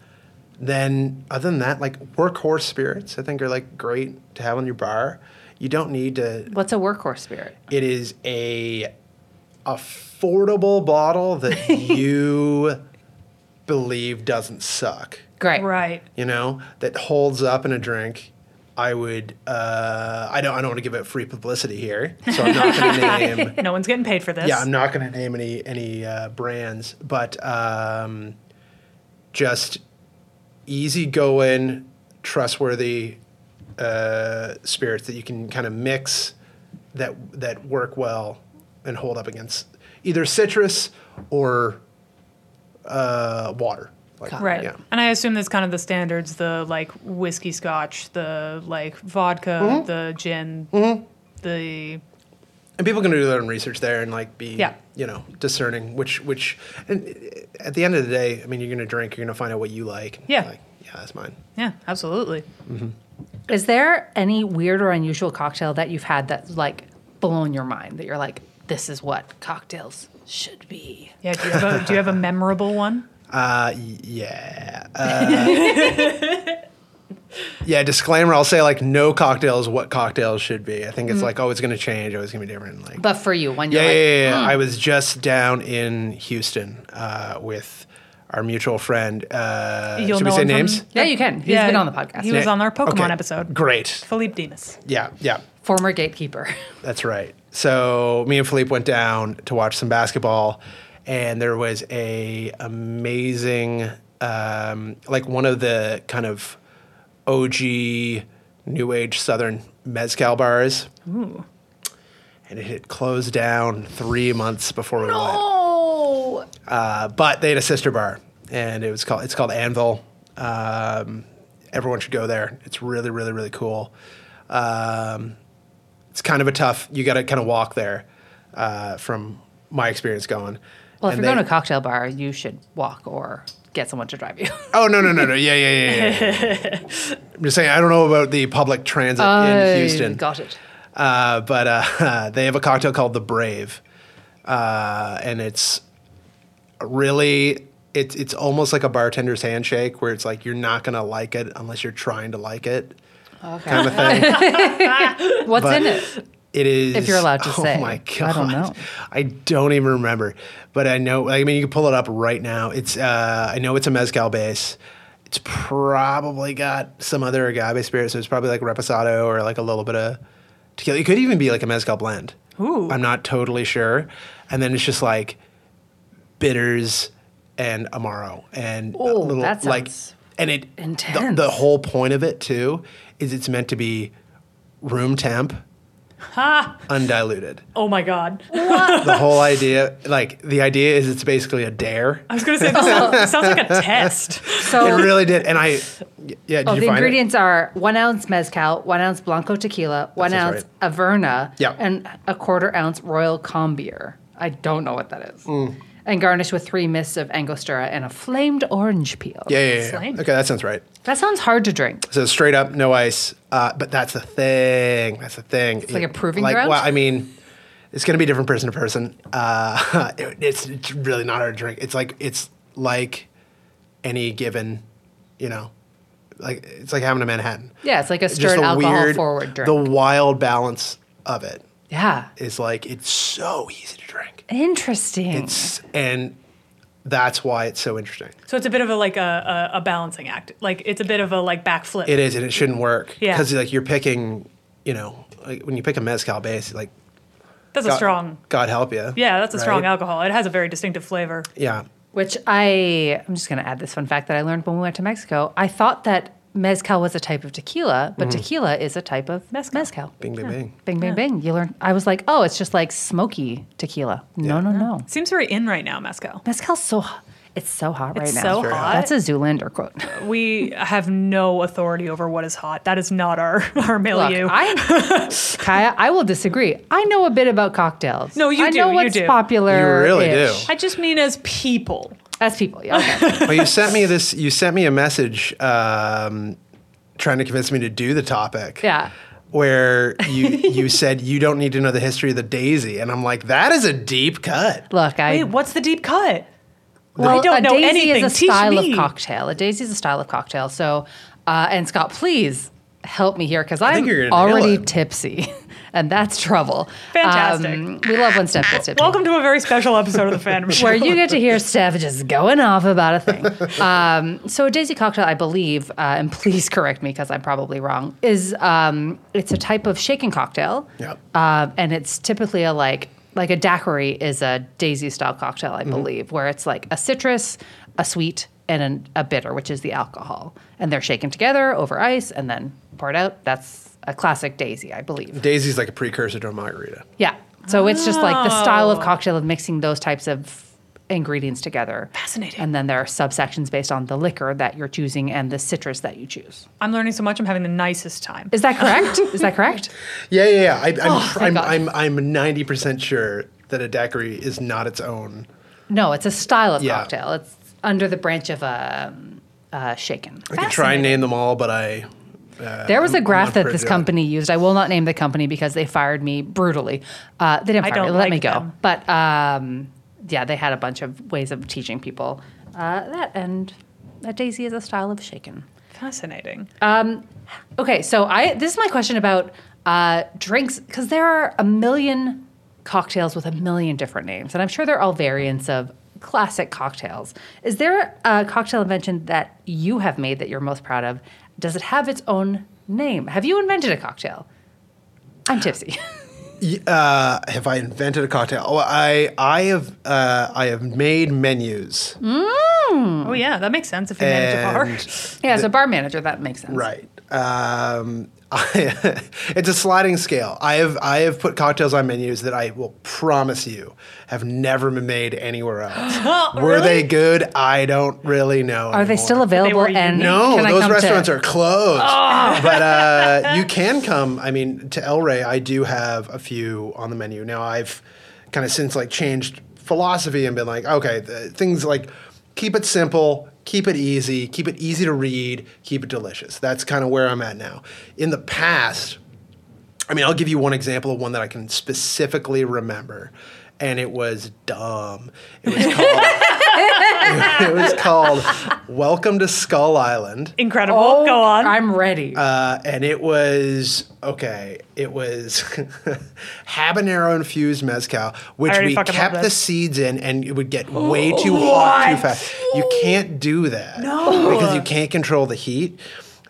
Speaker 3: then, other than that, like workhorse spirits, I think are like great to have on your bar. You don't need to.
Speaker 2: What's a workhorse spirit?
Speaker 3: It is a affordable bottle that you believe doesn't suck.
Speaker 2: Great.
Speaker 1: Right.
Speaker 3: You know that holds up in a drink. I would. Uh, I don't. I don't want to give it free publicity here, so I'm not going to name.
Speaker 1: No one's getting paid for this.
Speaker 3: Yeah, I'm not going to name any any uh, brands, but um, just easy going, trustworthy uh, spirits that you can kind of mix that that work well and hold up against either citrus or uh, water. Like,
Speaker 1: Right.
Speaker 3: Yeah.
Speaker 1: And I assume that's kind of the standards the like whiskey scotch, the like vodka,
Speaker 3: Mm-hmm.
Speaker 1: the gin, the.
Speaker 3: and people can do their own research there and like be
Speaker 1: Yeah.
Speaker 3: you know discerning which which and uh, at the end of the day i mean you're gonna drink you're gonna find out what you like
Speaker 1: Yeah.
Speaker 3: Like, yeah that's mine
Speaker 1: Yeah, absolutely.
Speaker 2: Is there any weird or unusual cocktail that you've had that's like blown your mind that you're like, this is what cocktails should be?
Speaker 1: Yeah, do you have a, do you have a memorable one?
Speaker 3: uh y- yeah uh, yeah disclaimer i'll say like no cocktails what cocktails should be i
Speaker 1: Mm.
Speaker 3: think it's like oh it's gonna change oh it's gonna be different like
Speaker 2: But for you, when you're
Speaker 3: yeah, yeah,
Speaker 2: like,
Speaker 3: yeah, yeah. I was just down in Houston uh, with our mutual friend. Uh,
Speaker 1: You'll
Speaker 3: should
Speaker 1: know
Speaker 3: we say
Speaker 1: him from-
Speaker 3: names?
Speaker 2: yeah, you can. He's
Speaker 1: Yeah,
Speaker 2: been on the podcast.
Speaker 1: he was
Speaker 3: Yeah.
Speaker 1: on our Pokemon
Speaker 3: Okay,
Speaker 1: episode.
Speaker 3: Great.
Speaker 1: Philippe Demas.
Speaker 3: Yeah, yeah.
Speaker 2: former gatekeeper.
Speaker 3: That's right. So me and Philippe went down to watch some basketball, and there was a amazing, um, like one of the kind of OG New Age Southern mezcal bars. And it had closed down three months before we went
Speaker 2: Oh,
Speaker 3: uh, but they had a sister bar, and it was called it's called Anvil. Um, everyone should go there. It's really, really, really cool. Um, it's kind of a tough. You got to kind of walk there, uh, from my experience going.
Speaker 2: well, if
Speaker 3: And
Speaker 2: you're
Speaker 3: they-
Speaker 2: going to a cocktail bar, you should walk or get someone to drive you.
Speaker 3: oh no, no, no, no, yeah, yeah, yeah. yeah, yeah, yeah. I'm just saying. I don't know about the public transit
Speaker 2: I
Speaker 3: in Houston.
Speaker 2: got it.
Speaker 3: Uh, but uh, they have a cocktail called the Brave, uh, and it's really it's it's almost like a bartender's handshake, where it's like you're not gonna like it unless you're trying to like it,
Speaker 2: Okay.
Speaker 3: kind of thing.
Speaker 2: What's
Speaker 3: but-
Speaker 2: in it?
Speaker 3: it is.
Speaker 2: If you're allowed to
Speaker 3: oh
Speaker 2: say.
Speaker 3: my god!
Speaker 2: I don't know.
Speaker 3: I don't even remember, but I know. I mean, you can pull it up right now. It's uh, I know it's a mezcal base. It's probably got some other agave spirit, so it's probably like reposado or like a little bit of tequila. It could even be like a mezcal blend.
Speaker 1: Ooh.
Speaker 3: I'm not totally sure. And then it's just like bitters and amaro and a
Speaker 2: Ooh,
Speaker 3: little
Speaker 2: that
Speaker 3: like
Speaker 2: sounds
Speaker 3: and it the-
Speaker 2: intense.
Speaker 3: the whole point of it too is it's meant to be room temp
Speaker 1: Ha!
Speaker 3: undiluted.
Speaker 1: Oh my god.
Speaker 3: The whole idea, like the idea, is it's basically a dare.
Speaker 1: I was gonna say this sounds, this sounds like a test.
Speaker 2: So
Speaker 3: It really did, and I, y- yeah. Did
Speaker 2: Oh,
Speaker 3: you
Speaker 2: the
Speaker 3: find
Speaker 2: ingredients are one ounce mezcal, one ounce blanco tequila, one
Speaker 3: sounds
Speaker 2: ounce Averna,
Speaker 3: Yeah.
Speaker 2: and a quarter ounce Royal Calm beer. I don't know what that is.
Speaker 3: Mm.
Speaker 2: And garnished with three mists of Angostura and a flamed orange peel.
Speaker 3: it? Yeah, yeah, yeah, yeah.
Speaker 1: Slime.
Speaker 3: Okay, that sounds right.
Speaker 2: That sounds hard to drink.
Speaker 3: So straight up, no ice. Uh, but that's the thing. That's the thing. It's
Speaker 2: like a proving ground?
Speaker 3: Well, I mean, it's going to be different person to person. Uh, it- it's, it's really not hard to drink. It's like it's like any given, you know, like it's like having a Manhattan.
Speaker 2: Yeah, it's like a
Speaker 3: Just
Speaker 2: stirred
Speaker 3: the
Speaker 2: alcohol forward drink.
Speaker 3: The wild balance of it
Speaker 2: yeah.
Speaker 3: is like it's so easy to drink.
Speaker 1: Mm-hmm.
Speaker 2: Interesting.
Speaker 3: It's- and that's why it's so interesting.
Speaker 1: So it's a bit of a like a, a, a balancing act. Like it's a bit of a like backflip.
Speaker 3: It is, and it shouldn't work
Speaker 1: Yeah.
Speaker 3: because like you're picking, you know, like when you pick a mezcal base, like
Speaker 1: that's a
Speaker 3: God-
Speaker 1: strong.
Speaker 3: God help you.
Speaker 1: Yeah, that's a strong
Speaker 3: Right?
Speaker 1: alcohol. It has a very distinctive flavor.
Speaker 3: Yeah,
Speaker 2: Which I, I'm just going to add this fun fact that I learned when we went to Mexico. I thought that mezcal was a type of tequila,
Speaker 3: Mm.
Speaker 2: but tequila is a type of mezcal.
Speaker 3: Bing, bing, bing.
Speaker 2: Bing, bing, bing. You learn. I was like, oh, it's just like smoky tequila. No, no, no.
Speaker 1: Seems very in right now, Mezcal.
Speaker 2: Mezcal's so hot. It's so hot right
Speaker 1: It's
Speaker 2: now.
Speaker 1: so
Speaker 3: Sure.
Speaker 1: hot.
Speaker 2: That's a Zoolander quote.
Speaker 1: we have no authority over what is hot. That is not our our
Speaker 2: Look,
Speaker 1: milieu.
Speaker 2: I, Kaya, I will disagree. I know a bit about cocktails.
Speaker 1: No, you
Speaker 2: I
Speaker 1: do,
Speaker 2: know
Speaker 1: you
Speaker 2: what's
Speaker 1: do.
Speaker 2: popular.
Speaker 3: You really do.
Speaker 1: I just mean as people.
Speaker 2: As people, yeah. okay.
Speaker 3: well, you sent me this. You sent me a message um, trying to convince me to do the topic.
Speaker 2: Yeah.
Speaker 3: Where you you said you don't need to know the history of the daisy, and I'm like, that is a deep cut.
Speaker 2: Look, I.
Speaker 1: Wait, what's the deep cut?
Speaker 2: Well,
Speaker 1: I don't
Speaker 2: a
Speaker 1: know
Speaker 2: daisy
Speaker 1: anything.
Speaker 2: is a
Speaker 1: Teach
Speaker 2: style
Speaker 1: me.
Speaker 2: of cocktail. A daisy is a style of cocktail. So, uh, and Scott, please help me here because
Speaker 3: think
Speaker 2: I'm
Speaker 3: you're gonna nail
Speaker 2: already
Speaker 3: it.
Speaker 2: tipsy, and that's trouble.
Speaker 1: Fantastic.
Speaker 2: Um, we love when Steph gets tipsy.
Speaker 1: Welcome to a very special episode of the Phantom Show.
Speaker 2: where you get to hear Steph just going off about a thing. Um, so a daisy cocktail, I believe, uh, and please correct me because I'm probably wrong, is um, it's a type of shaken cocktail,
Speaker 3: Yep.
Speaker 2: uh, and it's typically a like like a daiquiri is a daisy style cocktail, I believe, where it's like a citrus, a sweet, and an, a bitter, which is the alcohol, and they're shaken together over ice and then poured out. That's a classic daisy, I believe.
Speaker 3: Daisy's like a precursor to a margarita.
Speaker 2: Yeah. So it's just like the style
Speaker 1: Oh.
Speaker 2: of cocktail of mixing those types of ingredients together.
Speaker 1: Fascinating.
Speaker 2: And then there are subsections based on the liquor that you're choosing and the citrus that you choose.
Speaker 1: I'm learning so much. I'm having the nicest time.
Speaker 2: Is that correct? Is that correct?
Speaker 3: Yeah, yeah, yeah. I, I'm,
Speaker 2: Oh, thank
Speaker 3: I'm,
Speaker 2: God.
Speaker 3: I'm, I'm 90% sure that a daiquiri is not its own.
Speaker 2: No, it's a style of
Speaker 3: Yeah.
Speaker 2: cocktail. It's under the branch of a, um, uh shaken.
Speaker 3: I could try and name them all, but I.
Speaker 2: There was a graph
Speaker 3: not
Speaker 2: that
Speaker 3: privy
Speaker 2: this
Speaker 3: to it.
Speaker 2: company used. I will not name the company because they fired me brutally. Uh, they didn't
Speaker 1: I
Speaker 2: fire me.
Speaker 1: don't
Speaker 2: Let me
Speaker 1: like
Speaker 2: go.
Speaker 1: them.
Speaker 2: But um, yeah, they had a bunch of ways of teaching people uh, that. And a daisy is a style of shaken.
Speaker 1: Fascinating.
Speaker 3: Um,
Speaker 2: Okay, so I this is my question about uh, drinks because there are a million cocktails with a million different names, and I'm sure they're all variants of classic cocktails. Is there a cocktail invention that you have made that you're most proud of? Does it have its own name? Have you invented a cocktail? I'm tipsy.
Speaker 3: Uh, have I invented a cocktail? Oh, I I have uh, I have made menus.
Speaker 2: Mm.
Speaker 1: Oh yeah, that makes sense if you manage a bar.
Speaker 3: And-
Speaker 2: yeah, as a bar manager, that makes sense.
Speaker 3: Right. Um, I, it's a sliding scale. I have I have put cocktails on menus that I will promise you have never been made anywhere else. Were they good? I don't really know.
Speaker 2: Are they still available?
Speaker 1: were
Speaker 2: And
Speaker 1: unique.
Speaker 3: No,
Speaker 2: can I
Speaker 3: those
Speaker 2: come to- Oh.
Speaker 3: restaurants are closed. But uh, you can come. I mean, to El Rey, I do have a few on the menu now. I've kind of since like changed philosophy and been like, okay, the, things like keep it simple, keep it easy, keep it easy to read, keep it delicious. That's kind of where I'm at now. In the past, I mean, I'll give you one example of one that I can specifically remember, and it was dumb. It was called. it was called Welcome to Skull Island,
Speaker 1: Incredible.
Speaker 2: Oh,
Speaker 1: Go on.
Speaker 2: I'm ready.
Speaker 3: uh, and it was okay. It was habanero infused mezcal, which
Speaker 1: already
Speaker 3: we
Speaker 1: fucking love
Speaker 3: kept the
Speaker 1: this.
Speaker 3: seeds in, and it would get way too hot too fast. You can't do that
Speaker 1: No.
Speaker 3: because you can't control the heat.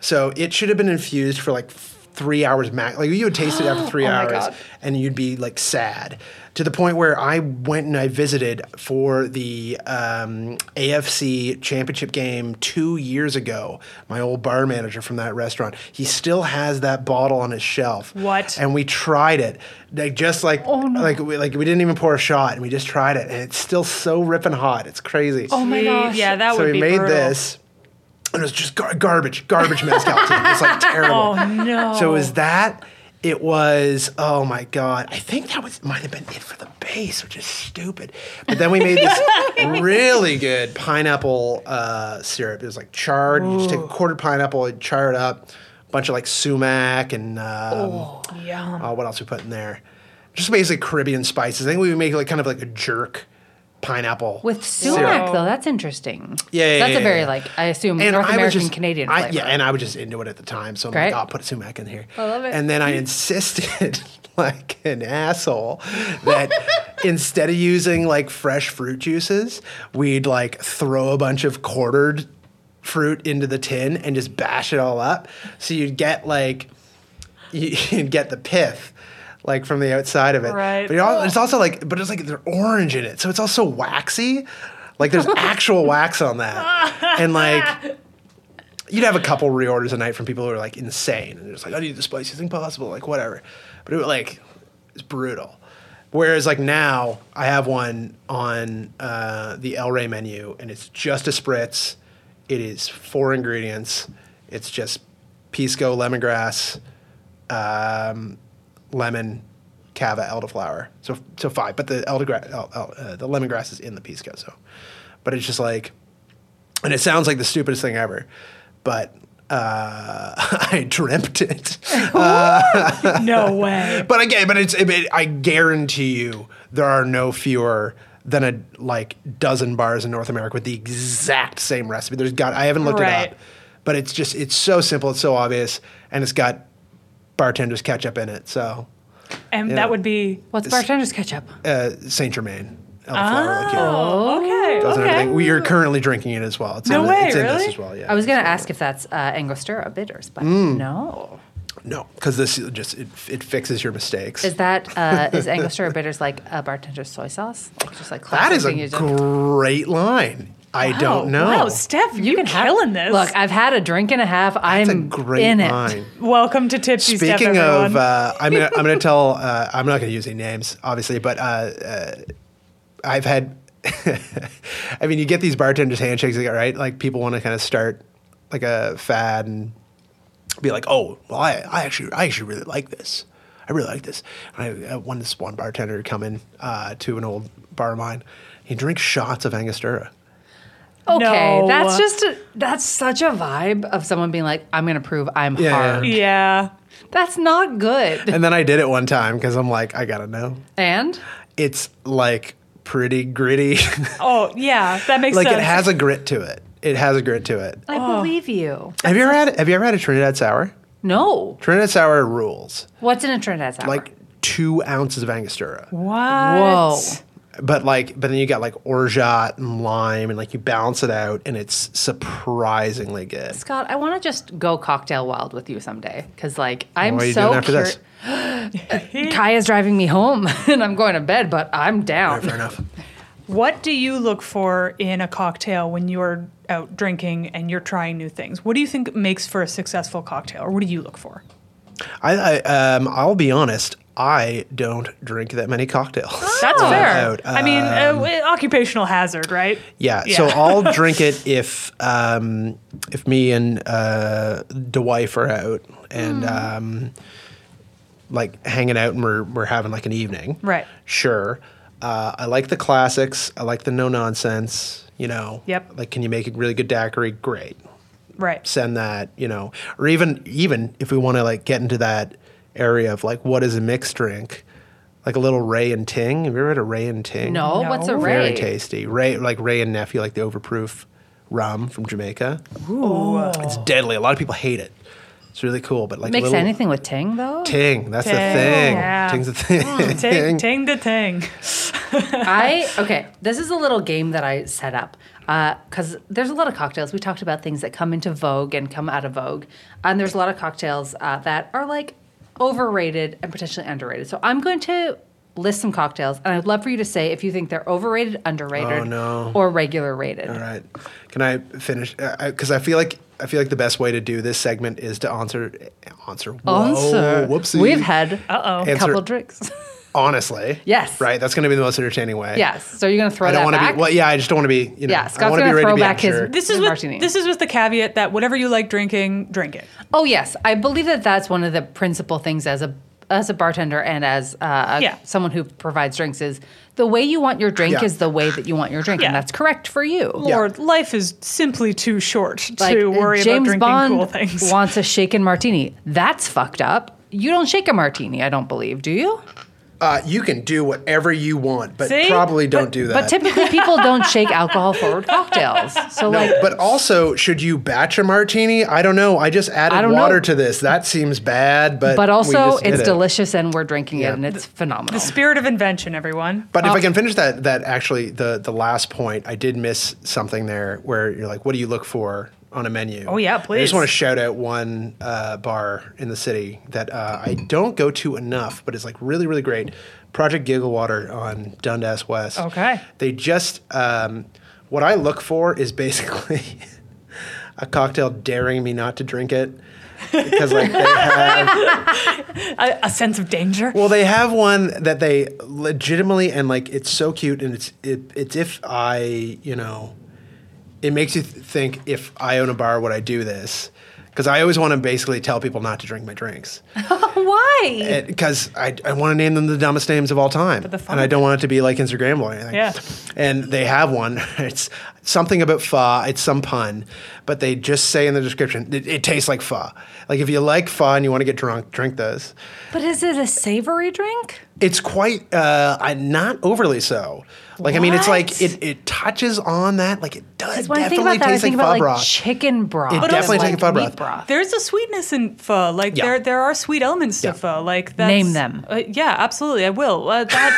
Speaker 3: So it should have been infused for like f- three hours max. Like you would taste it after three
Speaker 2: my
Speaker 3: hours,
Speaker 2: God.
Speaker 3: and you'd be like sad to the point where I went and I visited for the um, AFC championship game two years ago. My old bar manager from that restaurant, he still has that bottle on his shelf.
Speaker 1: What?
Speaker 3: And we tried it, like just like
Speaker 1: Oh,
Speaker 3: like we, like we didn't even pour a shot, and we just tried it, and it's still so ripping hot. It's crazy
Speaker 1: oh my gosh. Yeah, that
Speaker 3: so
Speaker 1: would
Speaker 3: we
Speaker 1: be
Speaker 3: made
Speaker 1: brutal.
Speaker 3: this and it was just gar- garbage garbage mezcal tea it's like terrible
Speaker 1: Oh no.
Speaker 3: so it was that it was oh my god i think that was might have been it for the base which is stupid but then we made this really good pineapple uh, syrup it was like charred you just take a quarter pineapple and char it up a bunch of like sumac and um,
Speaker 1: Oh. Yum.
Speaker 3: uh, what else we put in there just basically caribbean spices i think we would make like kind of like a jerk pineapple
Speaker 2: With
Speaker 3: syrup.
Speaker 2: sumac, though, that's interesting.
Speaker 3: Yeah, yeah,
Speaker 2: that's
Speaker 3: yeah,
Speaker 2: a very
Speaker 3: yeah.
Speaker 2: like I assume
Speaker 3: And
Speaker 2: North
Speaker 3: I was
Speaker 2: American
Speaker 3: just-
Speaker 2: Canadian
Speaker 3: I-
Speaker 2: flavor.
Speaker 3: yeah, and I was just into it at the time, so I'm
Speaker 2: Great.
Speaker 3: like, I'll put sumac in here. I
Speaker 2: love it.
Speaker 3: And then I insisted, like an asshole, that instead of using like fresh fruit juices, we'd like throw a bunch of quartered fruit into the tin and just bash it all up. So you'd get like you- you'd get the pith. Like from the outside of it,
Speaker 1: Right.
Speaker 3: But you al- it's also like, but it's like they're orange in it, so it's also waxy. Like there's actual wax on that, and like you'd have a couple reorders a night from people who are like insane and they're just like, I need the spiciest thing possible, like whatever. But it was like it's brutal. Whereas like now I have one on uh, the El Rey menu and it's just a spritz. It is four ingredients. It's just pisco, lemongrass, um, lemon, cava, elderflower. So so five. But the eldergrass, el, el, uh, the lemongrass is in the pisco. So, but it's just like and it sounds like the stupidest thing ever, but uh, I dreamt it.
Speaker 1: No way.
Speaker 3: but again, but it's it, I guarantee you there are no fewer than a like dozen bars in North America with the exact same recipe. There's got I haven't looked
Speaker 1: Right.
Speaker 3: it up, but it's just it's so simple, it's so obvious, and it's got bartenders ketchup in it. So
Speaker 1: And
Speaker 3: Yeah.
Speaker 1: that would be
Speaker 2: What's bartender's ketchup?
Speaker 3: uh, Saint Germain, elderflower liqueur.
Speaker 1: okay.
Speaker 3: Doesn't
Speaker 1: Oh, okay.
Speaker 3: everything. We are currently drinking it as well. It's
Speaker 1: No
Speaker 3: in, the-
Speaker 1: way,
Speaker 3: it's in
Speaker 1: really?
Speaker 3: this as well. Yeah.
Speaker 2: I was going to ask if that's uh, Angostura bitters, but
Speaker 3: Mm.
Speaker 2: no.
Speaker 3: No, because this is just it, it fixes your mistakes.
Speaker 2: Is that uh, is Angostura bitters like a bartender's soy sauce? Like, just like
Speaker 3: that
Speaker 2: classic
Speaker 3: is a
Speaker 2: thing you just-
Speaker 3: great line. I don't know.
Speaker 1: Wow, Steph, you, are
Speaker 2: have-
Speaker 1: killing this.
Speaker 2: Look, I've had a drink and a half.
Speaker 3: That's a
Speaker 2: I'm
Speaker 3: great
Speaker 2: in it.
Speaker 3: line.
Speaker 1: Welcome to Tipsy Steph,
Speaker 3: Speaking
Speaker 1: everyone.
Speaker 3: of, uh, I'm gonna, I'm gonna tell. Uh, I'm not gonna use any names, obviously, but uh, uh, I've had. I mean, you get these bartenders handshakes, like, right? Like people want to kind of start like a fad and be like, "Oh, well, I, I actually, I actually really like this. I really like this." And I, I won this one bartender to come in uh, to an old bar of mine. He drinks shots of Angostura.
Speaker 2: Okay,
Speaker 1: No.
Speaker 2: that's just a, that's such a vibe of someone being like, I'm gonna prove I'm
Speaker 3: Yeah, yeah.
Speaker 2: hard.
Speaker 1: yeah.
Speaker 2: That's not good.
Speaker 3: And then I did it one time because I'm like, I gotta know.
Speaker 2: And
Speaker 3: It's like pretty gritty.
Speaker 1: Oh, yeah. That makes
Speaker 3: like
Speaker 1: sense.
Speaker 3: it has a grit to it. It has a grit to it.
Speaker 2: I
Speaker 1: Oh.
Speaker 2: believe you.
Speaker 3: Have you ever had have you ever had a Trinidad sour?
Speaker 2: No,
Speaker 3: Trinidad sour rules.
Speaker 2: what's in a Trinidad sour?
Speaker 3: Like two ounces of Angostura.
Speaker 1: What?
Speaker 2: Whoa.
Speaker 3: But like, but then you got like orgeat and lime, and like you balance it out, and it's surprisingly good.
Speaker 2: Scott, I want to just go cocktail wild with you someday because, like, I'm
Speaker 3: what are you
Speaker 2: so
Speaker 3: doing after
Speaker 2: cur-
Speaker 3: this?
Speaker 2: Kaya's driving me home, and I'm going to bed, but I'm down.
Speaker 3: Fair enough.
Speaker 1: What do you look for in a cocktail when you're out drinking and you're trying new things? What do you think makes for a successful cocktail, or what do you look for?
Speaker 3: I, I um, I'll be honest. I don't drink that many cocktails.
Speaker 1: That's
Speaker 2: Oh.
Speaker 1: fair.
Speaker 3: Out,
Speaker 1: I mean, uh, w- occupational hazard, right?
Speaker 3: um, Yeah, so I'll drink it if um, if me and uh, the wife are out and um, like hanging out and we're we're having like an evening.
Speaker 1: Right.
Speaker 3: Sure. Uh, I like the classics. I like the no nonsense. You know.
Speaker 1: Yep.
Speaker 3: Like, can you make a really good daiquiri? Great.
Speaker 1: right.
Speaker 3: Send that. You know, or even even if we want to like get into that area of like what is a mixed drink, like a little Ray and Ting. Have you ever had a Ray and Ting?
Speaker 2: No,
Speaker 1: No.
Speaker 2: what's a
Speaker 1: Very
Speaker 2: ray?
Speaker 3: Very tasty. Ray, like Ray and Nephew, like the overproof rum from Jamaica. It's deadly. A lot of people hate it. It's really cool, but like
Speaker 2: Mix
Speaker 3: little
Speaker 2: anything with ting though.
Speaker 3: ting. That's
Speaker 1: Ting,
Speaker 3: the thing.
Speaker 1: yeah.
Speaker 3: Ting's the thing.
Speaker 2: Mm,
Speaker 1: Ting, ting to ting.
Speaker 2: I okay. This is a little game that I set up because there's a lot of cocktails. We talked about things that come into vogue and come out of vogue, and there's a lot of cocktails uh, that are like overrated and potentially underrated. So I'm going to list some cocktails, and I'd love for you to say if you think they're overrated, underrated,
Speaker 3: Oh, no.
Speaker 2: or regular rated.
Speaker 3: All right. Can I finish? Because I, feel like I feel like the best way to do this segment is to answer. Answer. Whoa,
Speaker 2: Answer.
Speaker 3: Whoopsie.
Speaker 2: We've had
Speaker 1: Uh-oh.
Speaker 2: a couple
Speaker 3: Answer-
Speaker 2: drinks.
Speaker 3: honestly.
Speaker 2: Yes.
Speaker 3: Right. That's going to be the most entertaining way.
Speaker 2: yes. So you're going to throw
Speaker 3: I don't
Speaker 2: that
Speaker 3: want to
Speaker 2: back.
Speaker 3: be. Well, yeah. I just don't want to be. You know,
Speaker 2: Yeah,
Speaker 3: I
Speaker 2: Scott's
Speaker 3: wanna be
Speaker 2: gonna
Speaker 3: ready to
Speaker 2: throw
Speaker 3: be
Speaker 2: back his-
Speaker 3: absurd.
Speaker 1: This is
Speaker 2: The
Speaker 1: with
Speaker 2: martini.
Speaker 1: this is with the caveat that whatever you like drinking, drink it.
Speaker 2: Oh yes, I believe that that's one of the principal things as a as a bartender and as uh,
Speaker 1: Yeah.
Speaker 2: someone who provides drinks is the way you want your drink
Speaker 3: Yeah.
Speaker 2: is the way that you want your drink,
Speaker 1: Yeah.
Speaker 2: and that's correct for you.
Speaker 3: Yeah.
Speaker 1: Lord, life is simply too short to worry
Speaker 2: uh, James
Speaker 1: about drinking
Speaker 2: Bond
Speaker 1: cool things.
Speaker 2: wants a shaken martini. That's fucked up. You don't shake a martini, I don't believe, do you?
Speaker 3: Uh, you can do whatever you want, but
Speaker 1: See?
Speaker 3: probably don't do that.
Speaker 2: But typically, people don't shake alcohol forward cocktails. So, like,
Speaker 3: but also, should you batch a martini? I don't know. I just added
Speaker 2: I don't
Speaker 3: water
Speaker 2: know.
Speaker 3: to this. That seems bad, but
Speaker 2: but
Speaker 3: we
Speaker 2: also,
Speaker 3: just did
Speaker 2: it's
Speaker 3: it.
Speaker 2: delicious, and we're drinking
Speaker 3: Yeah.
Speaker 2: it, and it's phenomenal.
Speaker 1: the spirit of invention, everyone.
Speaker 3: But if I can finish that, that actually the the last point, I did miss something there where you're like, what do you look for on a menu?
Speaker 1: Oh, yeah,
Speaker 3: I
Speaker 1: please.
Speaker 3: just want to shout out one uh, bar in the city that uh, I don't go to enough, but it's like really really great. Project Gigglewater on Dundas West.
Speaker 1: Okay.
Speaker 3: They just um, what I look for is basically a cocktail daring me not to drink it because like they have
Speaker 1: A, a sense of danger.
Speaker 3: well, they have one that they legitimately and like it's so cute and it's it, it's if I you know, it makes you th- think if I own a bar would I do this? Because I always want to basically tell people not to drink my drinks
Speaker 2: Why?
Speaker 3: because I, I want to name them the dumbest names of all time,
Speaker 1: the fun
Speaker 3: and I
Speaker 1: of
Speaker 3: don't want it to be like Instagrammable or anything.
Speaker 1: Yeah.
Speaker 3: And they have one. It's something about pho. It's some pun, but they just say in the description it, it tastes like pho. Like if you like pho and you want to get drunk, drink those.
Speaker 2: But is it a savory drink?
Speaker 3: It's quite uh, I- not overly so. Like I mean, it's like
Speaker 2: What?
Speaker 3: it, it touches on that. Like it does
Speaker 2: Because when I think
Speaker 3: definitely
Speaker 2: about that, I
Speaker 3: taste like
Speaker 2: think
Speaker 3: pho
Speaker 2: about like
Speaker 3: broth.
Speaker 2: chicken broth.
Speaker 3: It
Speaker 2: and,
Speaker 3: definitely
Speaker 2: like,
Speaker 3: tastes like pho
Speaker 2: meat
Speaker 3: broth.
Speaker 1: There's a sweetness in pho. Like
Speaker 3: Yeah.
Speaker 1: there, there are sweet elements to
Speaker 3: Yeah.
Speaker 1: pho. Like that's,
Speaker 2: Name them.
Speaker 1: Uh, yeah, absolutely. I will. Uh, that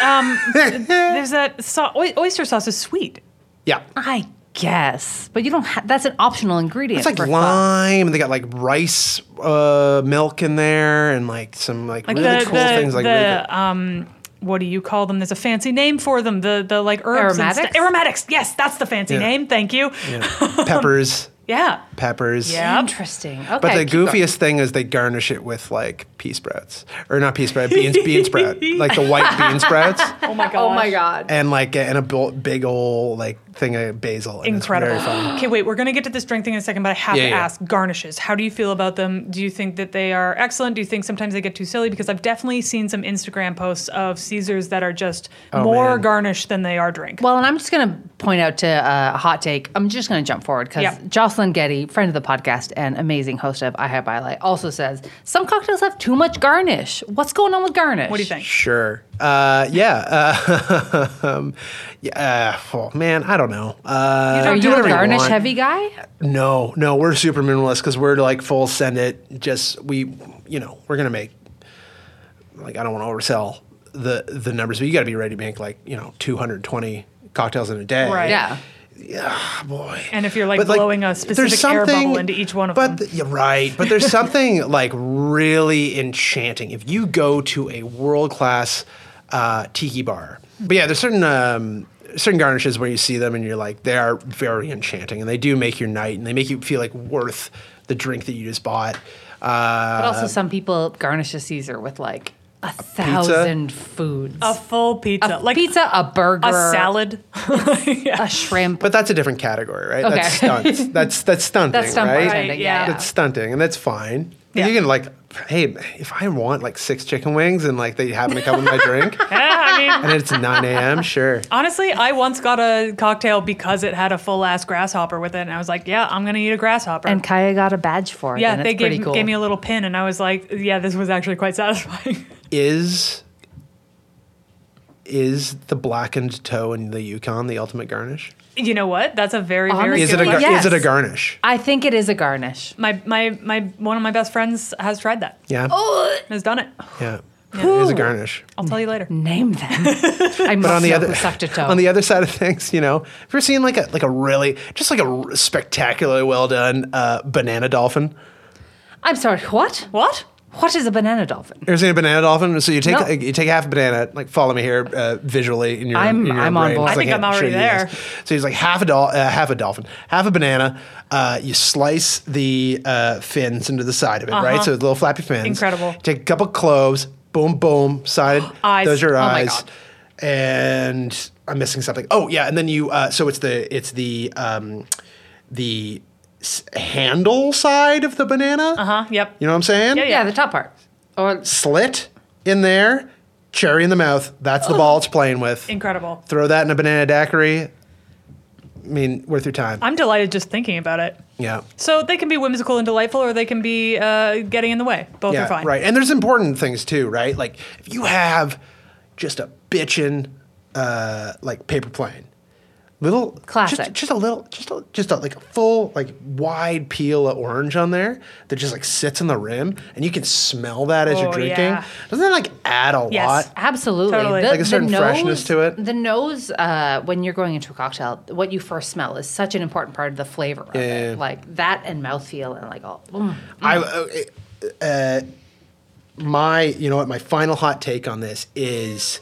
Speaker 1: um, there's that sau- oy- oyster sauce is sweet.
Speaker 3: yeah,
Speaker 2: I guess, but you don't. Ha- that's an optional ingredient.
Speaker 3: it's like
Speaker 2: for pho.
Speaker 3: lime, and they got like rice uh, milk in there, and like some like,
Speaker 1: Like
Speaker 3: really
Speaker 1: the,
Speaker 3: cool
Speaker 1: the,
Speaker 3: things. Like
Speaker 1: the,
Speaker 3: really good.
Speaker 1: um, what do you call them? There's a fancy name for them. The the like herbs and stu-
Speaker 2: Aromatics?
Speaker 1: aromatics. Yes, that's the fancy
Speaker 3: Yeah.
Speaker 1: name. Thank you.
Speaker 3: peppers,
Speaker 1: Yeah.
Speaker 3: peppers.
Speaker 1: Yeah.
Speaker 2: Interesting. Okay.
Speaker 3: But the
Speaker 2: keep going.
Speaker 3: goofiest thing is they garnish it with like pea sprouts, or not pea sprout, bean, bean sprout, like the white bean sprouts,
Speaker 1: Oh my god.
Speaker 2: Oh my god.
Speaker 3: and like and a bol- big old like thing of basil. And it's very
Speaker 1: Incredible.
Speaker 3: fun.
Speaker 1: Okay, wait, we're going to get to this drink thing in a second, but I have
Speaker 3: Yeah,
Speaker 1: to
Speaker 3: yeah.
Speaker 1: ask garnishes. How do you feel about them? Do you think that they are excellent? Do you think sometimes they get too silly? Because I've definitely seen some Instagram posts of Caesars that are just more
Speaker 3: Oh, man.
Speaker 1: garnish than they are drink.
Speaker 2: Well, and I'm just going to point out to uh, a hot take. I'm just going to jump forward because
Speaker 1: Yeah.
Speaker 2: Jocelyn Getty, friend of the podcast and amazing host of I Have I Lie, also says some cocktails have too much garnish. What's going on with garnish?
Speaker 1: what do you think?
Speaker 3: Sure. Uh, yeah. Uh, um, yeah. Uh, oh man, I don't know. Uh,
Speaker 2: Are
Speaker 1: do
Speaker 2: you a
Speaker 3: whatever you
Speaker 2: garnish
Speaker 3: want.
Speaker 2: heavy guy?
Speaker 3: no, no, we're super minimalist because we're like full send it. Just we, you know, we're gonna make. Like I don't want to oversell the the numbers, but you got to be ready to make like you know 220 cocktails in a day.
Speaker 1: Right.
Speaker 2: Yeah.
Speaker 3: Yeah, boy.
Speaker 1: And if you're, like,
Speaker 3: But,
Speaker 1: blowing a
Speaker 3: there's
Speaker 1: specific air bubble
Speaker 3: something-
Speaker 1: into each one of
Speaker 3: but
Speaker 1: them.
Speaker 3: th- yeah, right. But there's something like really enchanting if you go to a world class uh, tiki bar. But yeah, there's certain um, certain garnishes where you see them and you're like, they are very enchanting, and they do make your night, and they make you feel like worth the drink that you just bought.
Speaker 2: But
Speaker 3: Uh,
Speaker 2: also, some people garnish a Caesar with like a thousand foods.
Speaker 1: A full pizza, like
Speaker 2: pizza, a burger,
Speaker 1: a salad.
Speaker 2: a shrimp.
Speaker 3: but that's a different category, right?
Speaker 2: Okay.
Speaker 3: That's stunts. that's that's stunting,
Speaker 2: That's stunt
Speaker 3: right?
Speaker 2: bartending. Yeah,
Speaker 1: yeah.
Speaker 2: yeah.
Speaker 3: That's stunting, and that's fine.
Speaker 1: Yeah.
Speaker 3: You can like, hey, if I want like six chicken wings and like they happen to come with my drink,
Speaker 1: Yeah, I mean,
Speaker 3: and it's 9 a.m. Sure.
Speaker 1: honestly, I once got a cocktail because it had a full ass grasshopper with it, and I was like, "Yeah, I'm gonna eat a grasshopper."
Speaker 2: and Kaya got a badge for it.
Speaker 1: yeah,
Speaker 2: and
Speaker 1: they
Speaker 2: it's
Speaker 1: gave,
Speaker 2: pretty cool.
Speaker 1: gave me a little pin, and I was like, "Yeah, this was actually quite satisfying."
Speaker 3: Is is the blackened toe in the Yukon the ultimate garnish?
Speaker 1: you know what? That's a very very
Speaker 2: Honestly,
Speaker 3: Is
Speaker 1: good
Speaker 3: it a gar-
Speaker 1: question.
Speaker 2: Yes.
Speaker 3: is it a garnish?
Speaker 2: I think it is a garnish.
Speaker 1: My my my one of my best friends has tried that.
Speaker 3: Yeah.
Speaker 2: Oh.
Speaker 1: Has done it.
Speaker 3: Yeah. It is a garnish.
Speaker 1: I'll tell you later.
Speaker 2: Name them. I must
Speaker 3: But on the
Speaker 2: know
Speaker 3: other
Speaker 2: who sucked a toe.
Speaker 3: on the other side of things, you know, if you're seeing like a like a really just like a r- spectacularly well done uh, banana dolphin.
Speaker 2: I'm sorry. What?
Speaker 1: What?
Speaker 2: What is a banana dolphin?
Speaker 3: You're seeing a banana dolphin, so you take
Speaker 2: No.
Speaker 3: you take half a banana, like follow me here uh, visually in your.
Speaker 2: I'm-
Speaker 3: in your
Speaker 2: I'm on
Speaker 3: brain,
Speaker 2: board.
Speaker 3: because
Speaker 1: I think
Speaker 3: can't
Speaker 1: I'm
Speaker 3: show
Speaker 1: already
Speaker 3: you guys.
Speaker 1: there.
Speaker 3: So he's like half a dol- uh, half a dolphin, half a banana. Uh, you slice the uh, fins into the side of it, right? So it's little flappy fins.
Speaker 1: Uh-huh. Incredible.
Speaker 3: Take a couple cloves, boom, boom, side.
Speaker 1: Eyes.
Speaker 3: Those are your
Speaker 1: Oh my
Speaker 3: eyes.
Speaker 1: God.
Speaker 3: And I'm missing something. Oh yeah, and then you. Uh, so it's the it's the um, the s- handle side of the banana. Uh
Speaker 1: Huh? Uh-huh, Yep.
Speaker 3: You know what I'm saying?
Speaker 1: Yeah,
Speaker 2: Yeah, the top part. Or
Speaker 3: slit in there, cherry in the mouth. That's the ball it's playing with.
Speaker 1: Incredible.
Speaker 3: Throw that in a banana daiquiri. I mean, worth your time.
Speaker 1: I'm delighted just thinking about it.
Speaker 3: yeah.
Speaker 1: So they can be whimsical and delightful, or they can be uh, getting in the way. Both
Speaker 3: Yeah,
Speaker 1: are fine.
Speaker 3: right. And there's important things too, right? Like if you have just a bitchin' uh, like paper plane, little just-
Speaker 2: Classic.
Speaker 3: just, a little, just a, just a, like a full like wide peel of orange on there that just like sits on the rim, and you can smell that as
Speaker 1: Oh,
Speaker 3: you're drinking.
Speaker 1: yeah.
Speaker 3: Doesn't that like add a
Speaker 1: Yes.
Speaker 3: lot?
Speaker 2: Absolutely.
Speaker 1: Totally.
Speaker 3: Like a certain freshness to it.
Speaker 2: The nose, uh, when you're going into a cocktail, what you first smell is such an important part of the flavor of
Speaker 3: yeah, yeah.
Speaker 2: it. Like that and mouthfeel and like all.
Speaker 3: I, uh, uh, my, you know what, my final hot take on this is,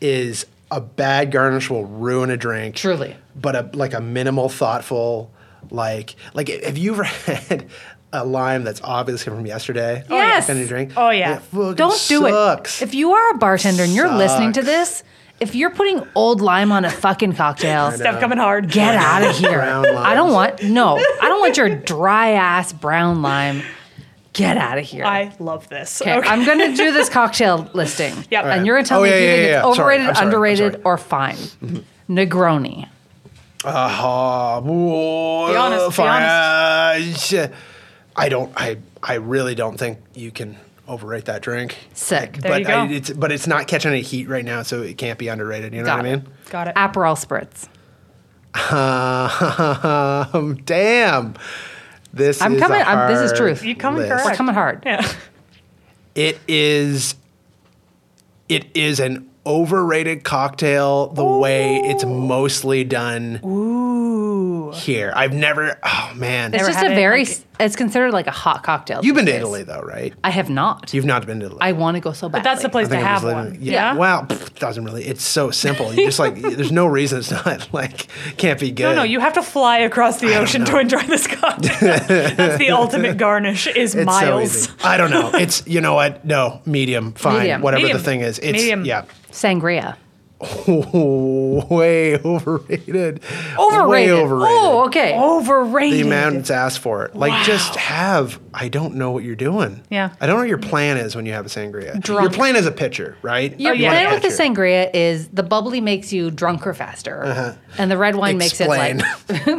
Speaker 3: is a bad garnish will ruin a drink.
Speaker 2: Truly.
Speaker 3: But a, like a minimal, thoughtful, like, like have you ever had a lime that's obviously from yesterday?
Speaker 2: yeah. Yes.
Speaker 3: In a drink?
Speaker 1: Oh, yeah.
Speaker 3: And fucking
Speaker 2: Don't do
Speaker 3: sucks.
Speaker 2: it. If you are a bartender and you're listening to this, if you're putting old lime on a fucking cocktail,
Speaker 1: Stuff coming hard.
Speaker 2: get out of here.
Speaker 3: Brown
Speaker 2: I don't
Speaker 3: limes.
Speaker 2: want, no, I don't want your dry ass brown lime. Get out of here.
Speaker 1: I love this.
Speaker 2: Okay,
Speaker 1: Okay.
Speaker 2: I'm gonna do this cocktail listing.
Speaker 1: Yep.
Speaker 2: And you're gonna tell
Speaker 3: Oh,
Speaker 2: me
Speaker 3: yeah,
Speaker 2: if you
Speaker 3: yeah,
Speaker 2: think
Speaker 3: yeah, yeah.
Speaker 2: it's
Speaker 3: Sorry,
Speaker 2: overrated,
Speaker 3: I'm sorry, I'm
Speaker 2: underrated,
Speaker 3: sorry.
Speaker 2: or fine. Negroni.
Speaker 3: Ah, whoa,
Speaker 1: Be honest, be
Speaker 3: fine. Uh, sh- I don't. I. I really don't think you can overrate that drink.
Speaker 2: Sick.
Speaker 1: There
Speaker 3: but
Speaker 1: you go.
Speaker 3: I, it's but it's not catching any heat right now, so it can't be underrated. You know
Speaker 2: Got
Speaker 3: what I mean?
Speaker 1: Got it.
Speaker 2: Aperol spritz.
Speaker 3: Um, damn. This
Speaker 2: I'm
Speaker 3: is
Speaker 2: coming-
Speaker 3: A
Speaker 2: I'm- this is
Speaker 3: hard
Speaker 2: truth. You
Speaker 1: coming
Speaker 3: list.
Speaker 1: correct.
Speaker 2: We're coming hard.
Speaker 1: Yeah.
Speaker 3: It is. It is an overrated cocktail the way it's mostly done
Speaker 1: Ooh.
Speaker 3: here. I've never. Oh man,
Speaker 2: It's
Speaker 1: Never
Speaker 2: just
Speaker 1: had
Speaker 2: a
Speaker 1: it,
Speaker 2: very.
Speaker 1: like-
Speaker 2: s it's considered like a hot cocktail.
Speaker 3: you've been to
Speaker 2: these days.
Speaker 3: Italy though, right?
Speaker 2: I have not.
Speaker 3: You've not been to Italy.
Speaker 2: I want to go so bad.
Speaker 1: That's the place to
Speaker 3: I
Speaker 1: have
Speaker 3: was living-
Speaker 1: one.
Speaker 3: Yeah.
Speaker 1: Yeah.
Speaker 3: Wow. pff, doesn't really. It's so simple. You just like. there's no reason it's not like can't be good.
Speaker 1: No, no, you have to fly across the ocean to enjoy this cocktail. That's the ultimate garnish is
Speaker 3: It's
Speaker 1: miles.
Speaker 3: so easy. I don't know. It's you know what? No, medium, fine,
Speaker 2: Medium.
Speaker 3: whatever
Speaker 1: Medium.
Speaker 3: the thing is. It's
Speaker 1: Medium.
Speaker 3: yeah,
Speaker 2: Sangria.
Speaker 3: way overrated. Way
Speaker 2: Overrated.
Speaker 3: overrated.
Speaker 2: Oh, okay.
Speaker 1: Overrated.
Speaker 3: The amount it's asked for. Like, just have. I don't know what you're doing.
Speaker 1: Yeah.
Speaker 3: I don't know what your plan is when you have a sangria. Your
Speaker 1: Drunk.
Speaker 3: plan is a pitcher, right?
Speaker 2: Your
Speaker 1: Oh, yeah.
Speaker 2: plan with the
Speaker 3: sangria.
Speaker 2: sangria is the bubbly makes you drunker faster,
Speaker 3: Uh-huh.
Speaker 2: and the red wine makes it like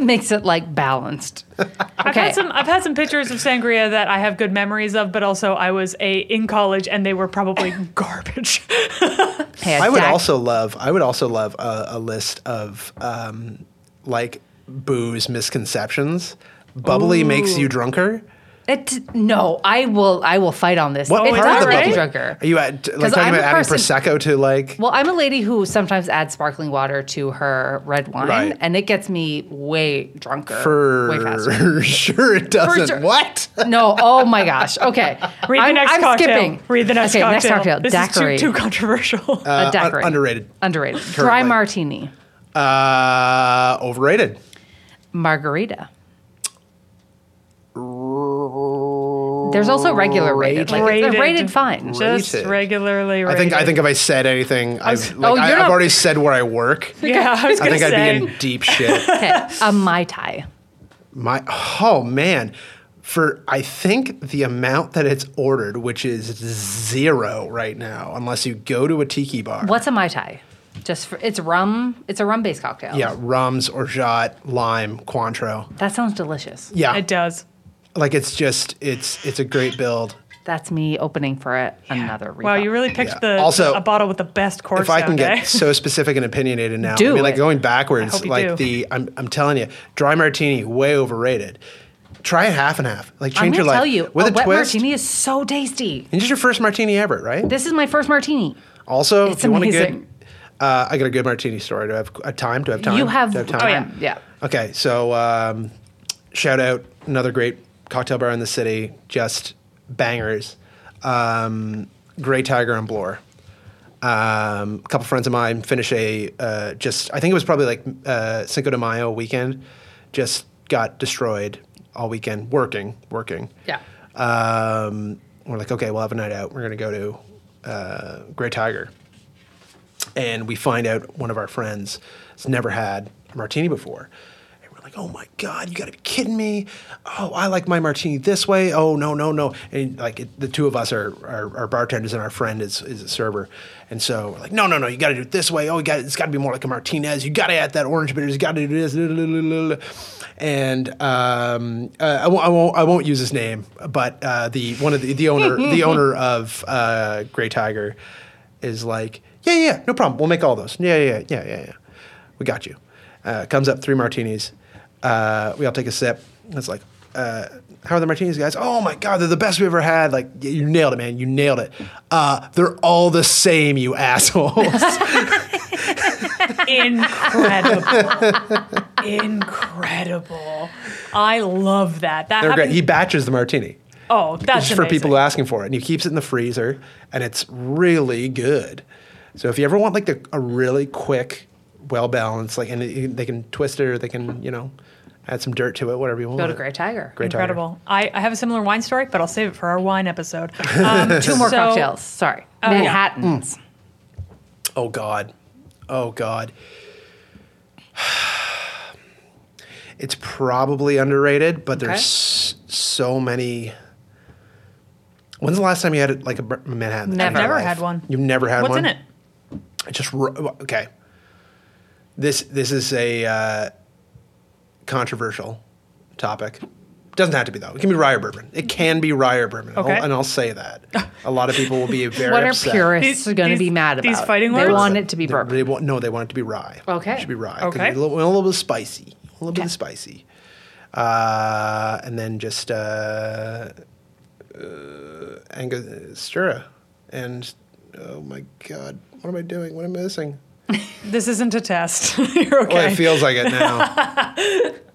Speaker 2: makes it like balanced.
Speaker 1: I've
Speaker 2: Okay.
Speaker 1: had some I've had some pictures of sangria that I have good memories of, but also I was a in college and they were probably garbage.
Speaker 2: Hey,
Speaker 3: I would
Speaker 2: Dak-
Speaker 3: also love. I would also love a, a list of um, like booze misconceptions. Bubbly makes you drunker.
Speaker 2: It no, I will. I will fight on this.
Speaker 3: What
Speaker 2: it
Speaker 3: part
Speaker 2: does
Speaker 3: of the
Speaker 2: make you
Speaker 3: bubble?
Speaker 2: drunker.
Speaker 3: Are you at, like
Speaker 2: 'Cause
Speaker 3: talking
Speaker 2: I'm
Speaker 3: about
Speaker 2: a
Speaker 3: adding
Speaker 2: person-
Speaker 3: prosecco to like?
Speaker 2: Well, I'm a lady who sometimes adds sparkling water to her red wine,
Speaker 3: Right.
Speaker 2: and it gets me way drunker, way faster.
Speaker 3: for sure it doesn't.
Speaker 2: sure.
Speaker 3: What?
Speaker 2: No, oh my gosh. Okay,
Speaker 1: Read the
Speaker 2: I'm,
Speaker 1: next
Speaker 2: I'm
Speaker 1: cocktail.
Speaker 2: skipping.
Speaker 1: Read the next
Speaker 2: okay,
Speaker 1: cocktail.
Speaker 2: Next cocktail.
Speaker 1: This
Speaker 2: daiquiri.
Speaker 1: is too, too controversial.
Speaker 2: a
Speaker 3: Uh, un-
Speaker 2: daiquiri.
Speaker 3: underrated.
Speaker 2: Underrated. Dry
Speaker 3: Currently.
Speaker 2: martini.
Speaker 3: Uh, overrated.
Speaker 2: Margarita. There's also regular rated. Like rated,
Speaker 1: Rated.
Speaker 2: rated fine.
Speaker 1: Just
Speaker 3: rated.
Speaker 1: regularly rated.
Speaker 3: I think I think if I said anything, I've, like,
Speaker 2: oh,
Speaker 3: I,
Speaker 2: you're
Speaker 3: I've
Speaker 2: not-
Speaker 3: already said where I work.
Speaker 1: Yeah, I was
Speaker 3: I
Speaker 1: going to
Speaker 3: think
Speaker 1: say.
Speaker 3: I'd be in deep shit.
Speaker 2: Okay. A Mai Tai.
Speaker 3: My oh man, for I think the amount that it's ordered, which is zero right now, unless you go to a tiki bar.
Speaker 2: What's a Mai Tai? Just for, it's rum. It's a rum based cocktail.
Speaker 3: Yeah, rums, orgeat, lime, Cointreau.
Speaker 2: That sounds delicious.
Speaker 3: Yeah,
Speaker 1: It does.
Speaker 3: like it's just it's it's a great build.
Speaker 2: That's me opening for it another reason.
Speaker 1: Wow, you really picked
Speaker 3: Yeah.
Speaker 1: the
Speaker 3: Also,
Speaker 1: a bottle with the best course.
Speaker 3: if I can
Speaker 1: sound, eh?
Speaker 3: get so specific and opinionated now,
Speaker 2: Do
Speaker 3: I mean, like
Speaker 2: it.
Speaker 3: going backwards,
Speaker 1: I hope you
Speaker 3: like
Speaker 1: do.
Speaker 3: the I'm, I'm telling you, dry martini way overrated. Try it half and half. Like
Speaker 2: I'm
Speaker 3: change
Speaker 2: gonna
Speaker 3: your life
Speaker 2: tell you,
Speaker 3: with
Speaker 2: a,
Speaker 3: a,
Speaker 2: wet
Speaker 3: twist.
Speaker 2: martini is so tasty.
Speaker 3: And just your first martini ever, right?
Speaker 2: This is my first martini.
Speaker 3: also,
Speaker 2: It's
Speaker 3: if you want a
Speaker 2: amazing.
Speaker 3: good, uh, I got a good martini story. Do I have a time? Do I have time?
Speaker 2: You have,
Speaker 3: Do I have
Speaker 2: Oh,
Speaker 3: time?
Speaker 2: yeah. yeah.
Speaker 3: Okay, so um, shout out another great cocktail bar in the city, just bangers. Um, Gray Tiger and Bloor. Um, a couple friends of mine finish a uh, just. I think it was probably like uh, Cinco de Mayo weekend. Just got destroyed all weekend working, working.
Speaker 2: Yeah.
Speaker 3: Um, we're like, okay, we'll have a night out. We're gonna go to uh, Gray Tiger and we find out one of our friends has never had a martini before. And we're like, oh my God, you gotta be kidding me. Oh, I like my martini this way. Oh, no, no, no. And like it, the two of us are, are, are bartenders and our friend is, is a server. And so we're like, no, no, no, you gotta do it this way. Oh, you got it's gotta be more like a Martinez. You gotta add that orange bitters. You gotta do this. And um, uh, I, won't, I, won't, I won't use his name, but uh, the one of the, the owner the owner of uh, Grey Tiger is like, yeah, yeah, yeah, no problem. We'll make all those. Yeah, yeah, yeah, yeah, yeah, yeah. We got you. Uh, comes up three martinis. Uh, we all take a sip. It's like, uh, how are the martinis, guys? Oh my god, they're the best we ever had. Like, y- you nailed it, man. You nailed it. Uh, they're all the same, you assholes.
Speaker 1: incredible, incredible. I love that. That
Speaker 3: they're great.
Speaker 1: happened.
Speaker 3: He batches the martini.
Speaker 1: oh, that's
Speaker 3: It's for people
Speaker 1: amazing.
Speaker 3: who are asking for it, and he keeps it in the freezer, and it's really good. So if you ever want like the, a really quick, well balanced, like, and it- they can twist it or they can, you know, add some dirt to it, whatever you want.
Speaker 2: Go to Grey Tiger.
Speaker 3: Great Tiger.
Speaker 1: Incredible. I, I have a similar wine story, but I'll save it for our wine episode. Um,
Speaker 2: Two more
Speaker 1: so-
Speaker 2: cocktails. Sorry.
Speaker 1: yeah.
Speaker 3: Mm.
Speaker 2: Manhattans.
Speaker 3: Oh God, oh God. It's probably underrated, but
Speaker 2: Okay.
Speaker 3: there's s- so many. When's the last time you had it like a br- Manhattan?
Speaker 2: Never.
Speaker 3: in your
Speaker 1: Never
Speaker 3: life?
Speaker 1: had one.
Speaker 3: You've never had
Speaker 1: What's
Speaker 3: one.
Speaker 1: in it?
Speaker 3: It just ro- okay. This this is a uh, controversial topic. Doesn't have to be though. It can be rye or bourbon. It can be rye or bourbon.
Speaker 1: Okay.
Speaker 3: I'll, and I'll say that a lot of people will be very
Speaker 2: What are
Speaker 3: upset.
Speaker 2: purists
Speaker 1: These-
Speaker 2: going to be
Speaker 1: these-
Speaker 2: mad about?
Speaker 1: these fighting
Speaker 2: They
Speaker 1: words?
Speaker 2: want it to be
Speaker 3: They-
Speaker 2: bourbon.
Speaker 3: They want, no, they want it to be rye.
Speaker 2: Okay.
Speaker 3: It should be rye. 'cause
Speaker 1: Okay.
Speaker 3: it's A little, a little bit spicy. A little bit spicy. Uh, and then just uh, uh, Angostura. And oh my God, what am I doing? What am I missing?
Speaker 1: This isn't a test. You're okay.
Speaker 3: Well, Oh, it feels like it now.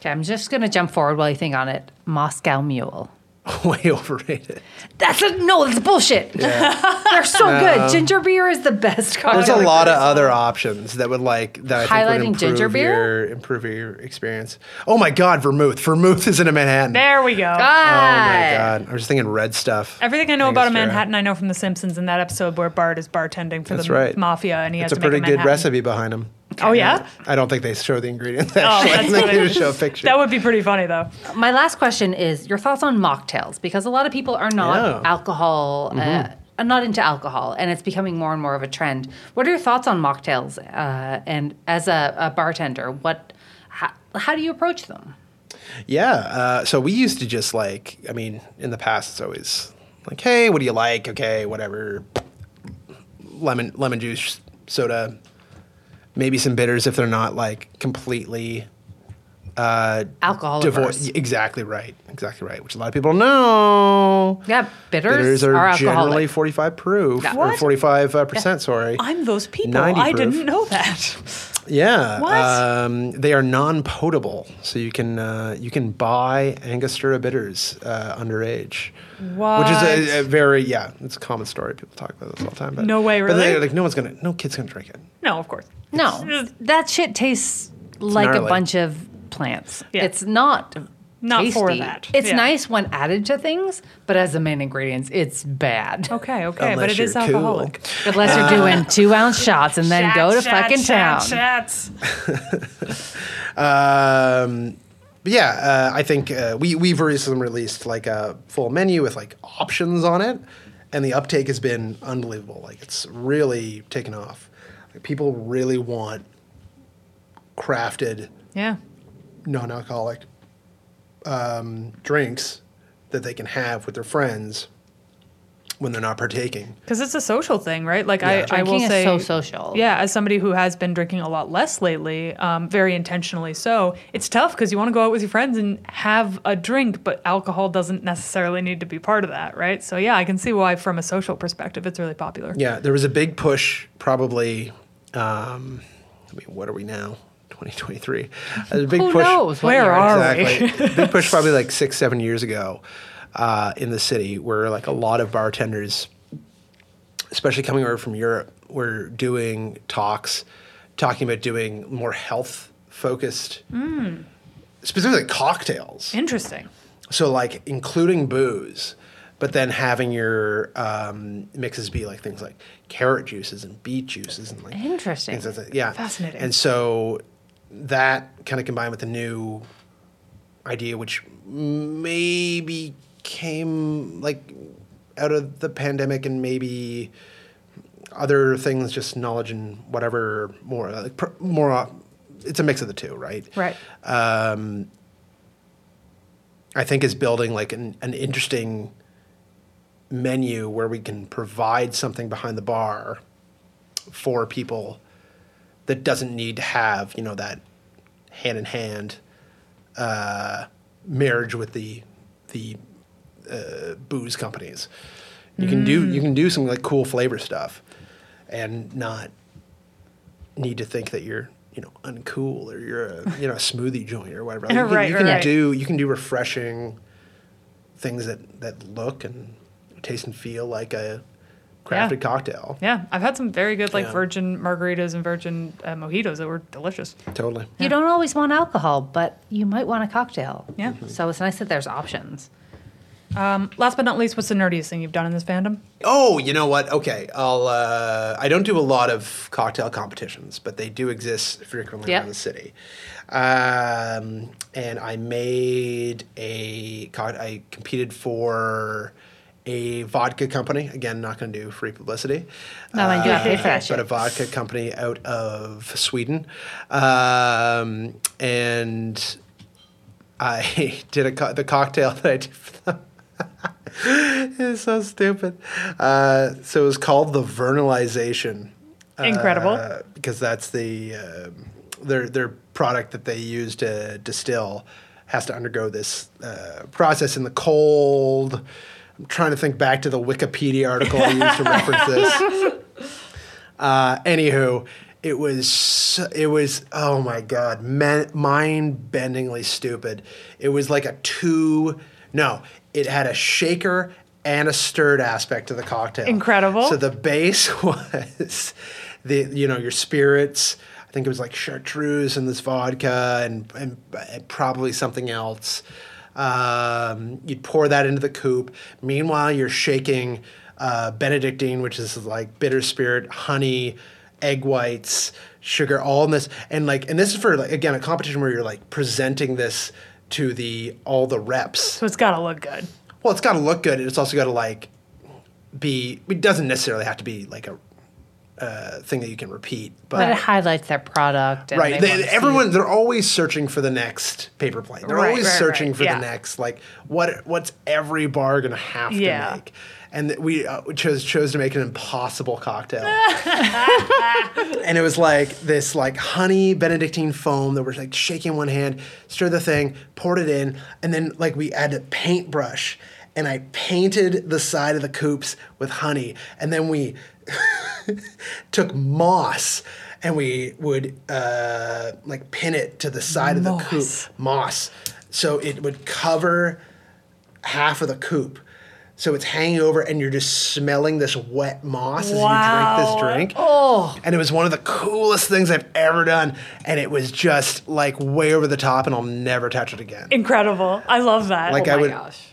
Speaker 2: Okay, I'm just going to jump forward while you think on it. Moscow Mule.
Speaker 3: Way overrated.
Speaker 2: That's a, no, that's bullshit. They're so good. Ginger beer is the best cocktail.
Speaker 3: There's a lot of other options that would like that I think
Speaker 2: Highlighting
Speaker 3: would improve
Speaker 2: ginger beer?
Speaker 3: your improve your experience. Oh my God, vermouth. Vermouth is in a Manhattan.
Speaker 1: there we go.
Speaker 3: Oh my
Speaker 2: Ah.
Speaker 3: God. I was thinking red stuff.
Speaker 1: Everything I know about a
Speaker 3: Angostura.
Speaker 1: Manhattan, I know from The Simpsons in that episode where Bart is bartending for
Speaker 3: That's
Speaker 1: the
Speaker 3: right.
Speaker 1: mafia, and he has
Speaker 3: it's a
Speaker 1: to make
Speaker 3: pretty
Speaker 1: a
Speaker 3: good
Speaker 1: Manhattan.
Speaker 3: recipe behind him.
Speaker 1: Oh yeah,
Speaker 3: I don't think they show the ingredients.
Speaker 1: oh,
Speaker 3: Actually,
Speaker 1: that's
Speaker 3: they
Speaker 1: funny.
Speaker 3: just show a picture.
Speaker 1: That would be pretty funny though.
Speaker 2: My last question is your thoughts on mocktails because a lot of people are not
Speaker 3: Yeah. Mm-hmm.
Speaker 2: alcohol, uh, are not into alcohol, and it's becoming more and more of a trend. What are your thoughts on mocktails? Uh, and as a, a bartender, what how, how do you approach them?
Speaker 3: yeah. Uh, so we used to just like, I mean, in the past, it's always like, hey, what do you like? Okay, whatever. Lemon, lemon juice, soda, maybe some bitters if they're not like completely uh,
Speaker 2: Alcohol
Speaker 3: divorce-
Speaker 2: averse.
Speaker 3: Exactly right. Exactly right. Which a lot of people don't know.
Speaker 2: Yeah, bitters,
Speaker 3: Bitters are,
Speaker 2: are,
Speaker 3: generally
Speaker 2: alcoholic.
Speaker 3: 45 proof
Speaker 2: Yeah.
Speaker 3: or
Speaker 1: What?
Speaker 3: 45 uh, percent. Sorry.
Speaker 1: I'm those people.
Speaker 3: 90
Speaker 1: I
Speaker 3: proof.
Speaker 1: didn't know that.
Speaker 3: Yeah.
Speaker 1: What?
Speaker 3: Um, they are non-potable, so you can uh, you can buy Angostura bitters uh, underage. Which is a, a
Speaker 1: What?
Speaker 3: very yeah, it's a common story. People talk about this all the time. But,
Speaker 1: No way,
Speaker 3: But they-
Speaker 1: really?
Speaker 3: like no one's gonna, no kid's gonna drink it.
Speaker 1: No, of course.
Speaker 2: No, that shit tastes like a
Speaker 3: gnarly.
Speaker 2: bunch of plants.
Speaker 1: Yeah.
Speaker 2: It's not
Speaker 1: Not for
Speaker 2: tasty.
Speaker 1: that.
Speaker 2: It's
Speaker 1: Yeah.
Speaker 2: nice when added to things, but as the main ingredients, it's bad.
Speaker 1: Okay, okay, but
Speaker 3: Unless
Speaker 1: it is
Speaker 3: you're cool.
Speaker 1: alcoholic.
Speaker 2: Unless you're doing two ounce shots and then go to fucking town.
Speaker 1: Chats.
Speaker 3: Um, but yeah, uh, I think uh, we we've recently released like a full menu with like options on it, and the uptake has been unbelievable. Like it's really taken off. Like, people really want crafted
Speaker 1: Yeah.
Speaker 3: non-alcoholic um, drinks that they can have with their friends when they're not partaking.
Speaker 1: Because it's a social thing, right? Like
Speaker 3: Yeah.
Speaker 1: I, I will
Speaker 2: Drinking is
Speaker 1: say,
Speaker 2: so social.
Speaker 1: Yeah, as somebody who has been drinking a lot less lately, um, very intentionally so, it's tough because you want to go out with your friends and have a drink, but alcohol doesn't necessarily need to be part of that, right? So yeah, I can see why, from a social perspective, it's really popular.
Speaker 3: Yeah, there was a big push probably. Um, I mean, what are we now? 2023. There's a big
Speaker 2: Who
Speaker 3: push.
Speaker 2: knows what
Speaker 1: Where
Speaker 2: year it
Speaker 1: are
Speaker 2: is.
Speaker 1: we?
Speaker 3: Exactly. big push probably like six, seven years ago uh, in the city where like a lot of bartenders, especially coming over from Europe, were doing talks, talking about doing more health focused,
Speaker 1: Mm.
Speaker 3: specifically cocktails.
Speaker 1: Interesting.
Speaker 3: So like including booze, but then having your um, mixes be like things like carrot juices and beet juices and like
Speaker 2: Interesting.
Speaker 3: things like that. Yeah,
Speaker 1: Fascinating.
Speaker 3: And so that kind of combined with the new idea, which maybe came like out of the pandemic and maybe other things, just knowledge and whatever more like pr- more. uh, It's a mix of the two, right?
Speaker 1: Right.
Speaker 3: I think is building like an, an interesting menu where we can provide something behind the bar for people that doesn't need to have you know that hand in hand uh, marriage with the the uh, booze companies. You can do you can do some like cool flavor stuff and not need to think that you're you know uncool or you're a you know a smoothie joint or whatever. Like, you can,
Speaker 1: Right,
Speaker 3: you can
Speaker 1: right.
Speaker 3: do you can do refreshing things that that look and taste and feel like a crafted
Speaker 1: Yeah.
Speaker 3: cocktail.
Speaker 1: Yeah, I've had some very good like
Speaker 3: Yeah.
Speaker 1: virgin margaritas and virgin uh, mojitos that were delicious.
Speaker 3: Totally.
Speaker 2: You don't always want alcohol, but you might want a cocktail.
Speaker 1: Yeah.
Speaker 2: So it's nice that there's options.
Speaker 1: Um, last but not least, what's the nerdiest thing you've done in this fandom?
Speaker 3: Oh, you know what? Okay, I'll. Uh, I don't do a lot of cocktail competitions, but they do exist frequently
Speaker 2: Yeah.
Speaker 3: around the city. Um, and I made a. co- I competed for a vodka company. Again, not going to do free publicity.
Speaker 2: No, I do.
Speaker 3: Uh,
Speaker 2: Pay for that shit.
Speaker 3: But a vodka company out of Sweden, um, and I did a co- the cocktail that I did for them. It's so stupid. Uh, so it was called the vernalization.
Speaker 1: Incredible.
Speaker 3: Uh, because that's the um their their product that they use to distill has to undergo this uh, process in the cold. I'm trying to think back to the Wikipedia article I used to reference this. Uh, anywho, it was so- it was oh my god, man, mind-bendingly stupid. It was like a two no, it had a shaker and a stirred aspect to the cocktail.
Speaker 1: Incredible.
Speaker 3: So the base was the you know your spirits. I think it was like chartreuse and this vodka and and, and probably something else. Um, you'd pour that into the coupe. Meanwhile, you're shaking uh, Benedictine, which is like bitter spirit, honey, egg whites, sugar, all in this, and like and this is for like again a competition where you're like presenting this to the all the reps.
Speaker 1: So it's gotta look good.
Speaker 3: Well, it's got to look good, and it's also got to like be. It doesn't necessarily have to be like a uh, thing that you can repeat.
Speaker 2: But it highlights their product. And
Speaker 3: Right.
Speaker 2: they
Speaker 3: They-
Speaker 2: wanna see-
Speaker 3: everyone, they're always searching for the next paper plane. They're
Speaker 1: Right,
Speaker 3: always
Speaker 1: right,
Speaker 3: searching
Speaker 1: right,
Speaker 3: for
Speaker 1: yeah.
Speaker 3: the next. Like, what? What's every bar gonna have
Speaker 1: Yeah.
Speaker 3: to make? And th- we uh, we chose chose to make an impossible cocktail. and it was like this like honey Benedictine foam that we're like shaking one hand, stir the thing, poured it in, and then like we had a paintbrush, and I painted the side of the coops with honey, and then we took moss and we would uh, like pin it to the side of the coop moss so it would cover half of the coop so it's hanging over and you're just smelling this wet moss as
Speaker 1: Wow.
Speaker 3: you drink this drink oh and it was one of the coolest things i've ever done and it was just like way over the top and i'll never touch it again
Speaker 1: Incredible. I love that.
Speaker 3: like
Speaker 2: Oh
Speaker 3: i
Speaker 2: my
Speaker 3: would
Speaker 2: gosh.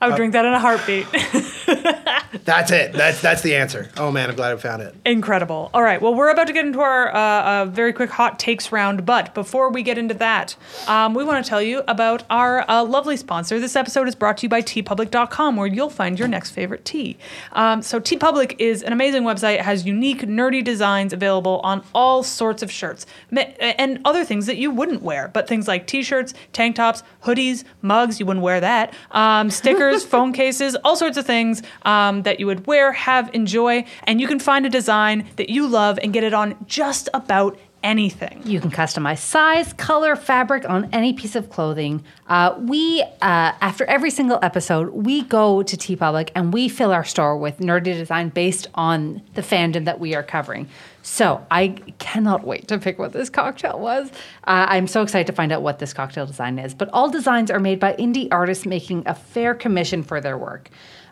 Speaker 1: I would drink that in a heartbeat.
Speaker 3: that's it that's that's the answer oh man i'm glad i found it
Speaker 1: Incredible. All right. Well, we're about to get into our uh, uh, very quick hot takes round, but before we get into that, um, we want to tell you about our uh, lovely sponsor. This episode is brought to you by tpublic.com, where you'll find your next favorite tea. Um, so, tpublic is an amazing website. It has unique, nerdy designs available on all sorts of shirts ma- and other things that you wouldn't wear, but things like t shirts, tank tops, hoodies, mugs, you wouldn't wear that, um, stickers, phone cases, all sorts of things um, that you would wear, have, enjoy, and you can find a design that you love and get it on just about anything.
Speaker 2: You can customize size, color, fabric on any piece of clothing. Uh, we, uh, after every single episode, we go to T Public and we fill our store with nerdy design based on the fandom that we are covering. So I cannot wait to pick what this cocktail was. Uh, I'm so excited to find out what this cocktail design is. But all designs are made by indie artists making a fair commission for their work.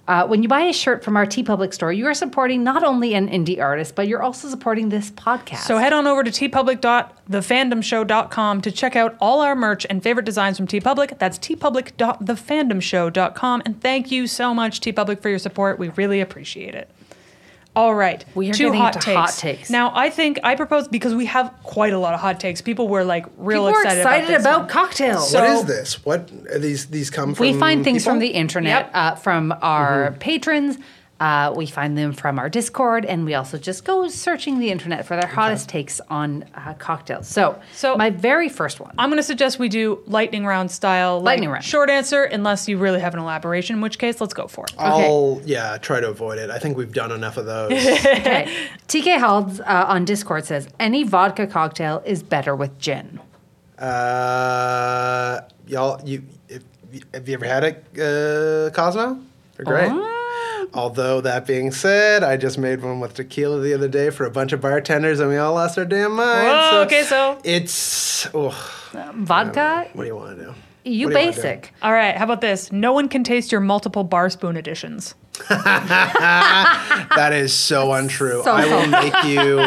Speaker 2: Uh, when you buy a shirt from our T Public store, you are supporting not only an indie artist, but you're also supporting this podcast.
Speaker 1: So head on over to tpublic.thefandomshow.com to check out all our merch and favorite designs from tpublic. That's tpublic.thefandomshow.com. And thank you so much, tpublic, for your support. We really appreciate it. All right,
Speaker 2: We are
Speaker 1: two
Speaker 2: getting
Speaker 1: hot
Speaker 2: into
Speaker 1: takes.
Speaker 2: hot takes.
Speaker 1: Now, I think I propose because we have quite a lot of hot takes. People were like real
Speaker 2: People are
Speaker 1: excited,
Speaker 2: excited
Speaker 1: about, this
Speaker 2: about,
Speaker 1: one.
Speaker 2: cocktails.
Speaker 1: So-
Speaker 3: what is this what are these these come from
Speaker 2: we find things from
Speaker 3: people? Mm-hmm.
Speaker 2: the internet,
Speaker 1: Yep.
Speaker 2: uh, from our patrons. Uh, we find them from our Discord, and we also just go searching the internet for their hottest takes on uh, cocktails. So,
Speaker 1: So-
Speaker 2: my very first one.
Speaker 1: I'm going to suggest we do lightning round style. like,
Speaker 2: Lightning round.
Speaker 1: Short answer, unless you really have an elaboration, in which case, let's go for it.
Speaker 2: Okay.
Speaker 3: I'll yeah try to avoid it. I think we've done enough of those.
Speaker 2: Okay. TK Halds uh, on Discord says any vodka cocktail is better with gin.
Speaker 3: uh, y'all, you if, have you ever had a uh, Cosmo? They're great.
Speaker 1: Uh-huh.
Speaker 3: Although that being said, I just made one with tequila the other day for a bunch of bartenders, and we all lost our damn minds.
Speaker 1: Whoa, Oh, okay, so-
Speaker 3: it's oh,
Speaker 2: Vodka,
Speaker 3: Uh, what do you want to do?
Speaker 2: you
Speaker 3: What do wanna do?
Speaker 2: basic.
Speaker 1: All right, how about this? No one can taste your multiple bar spoon additions.
Speaker 3: That is so untrue.
Speaker 2: so
Speaker 3: I will make you.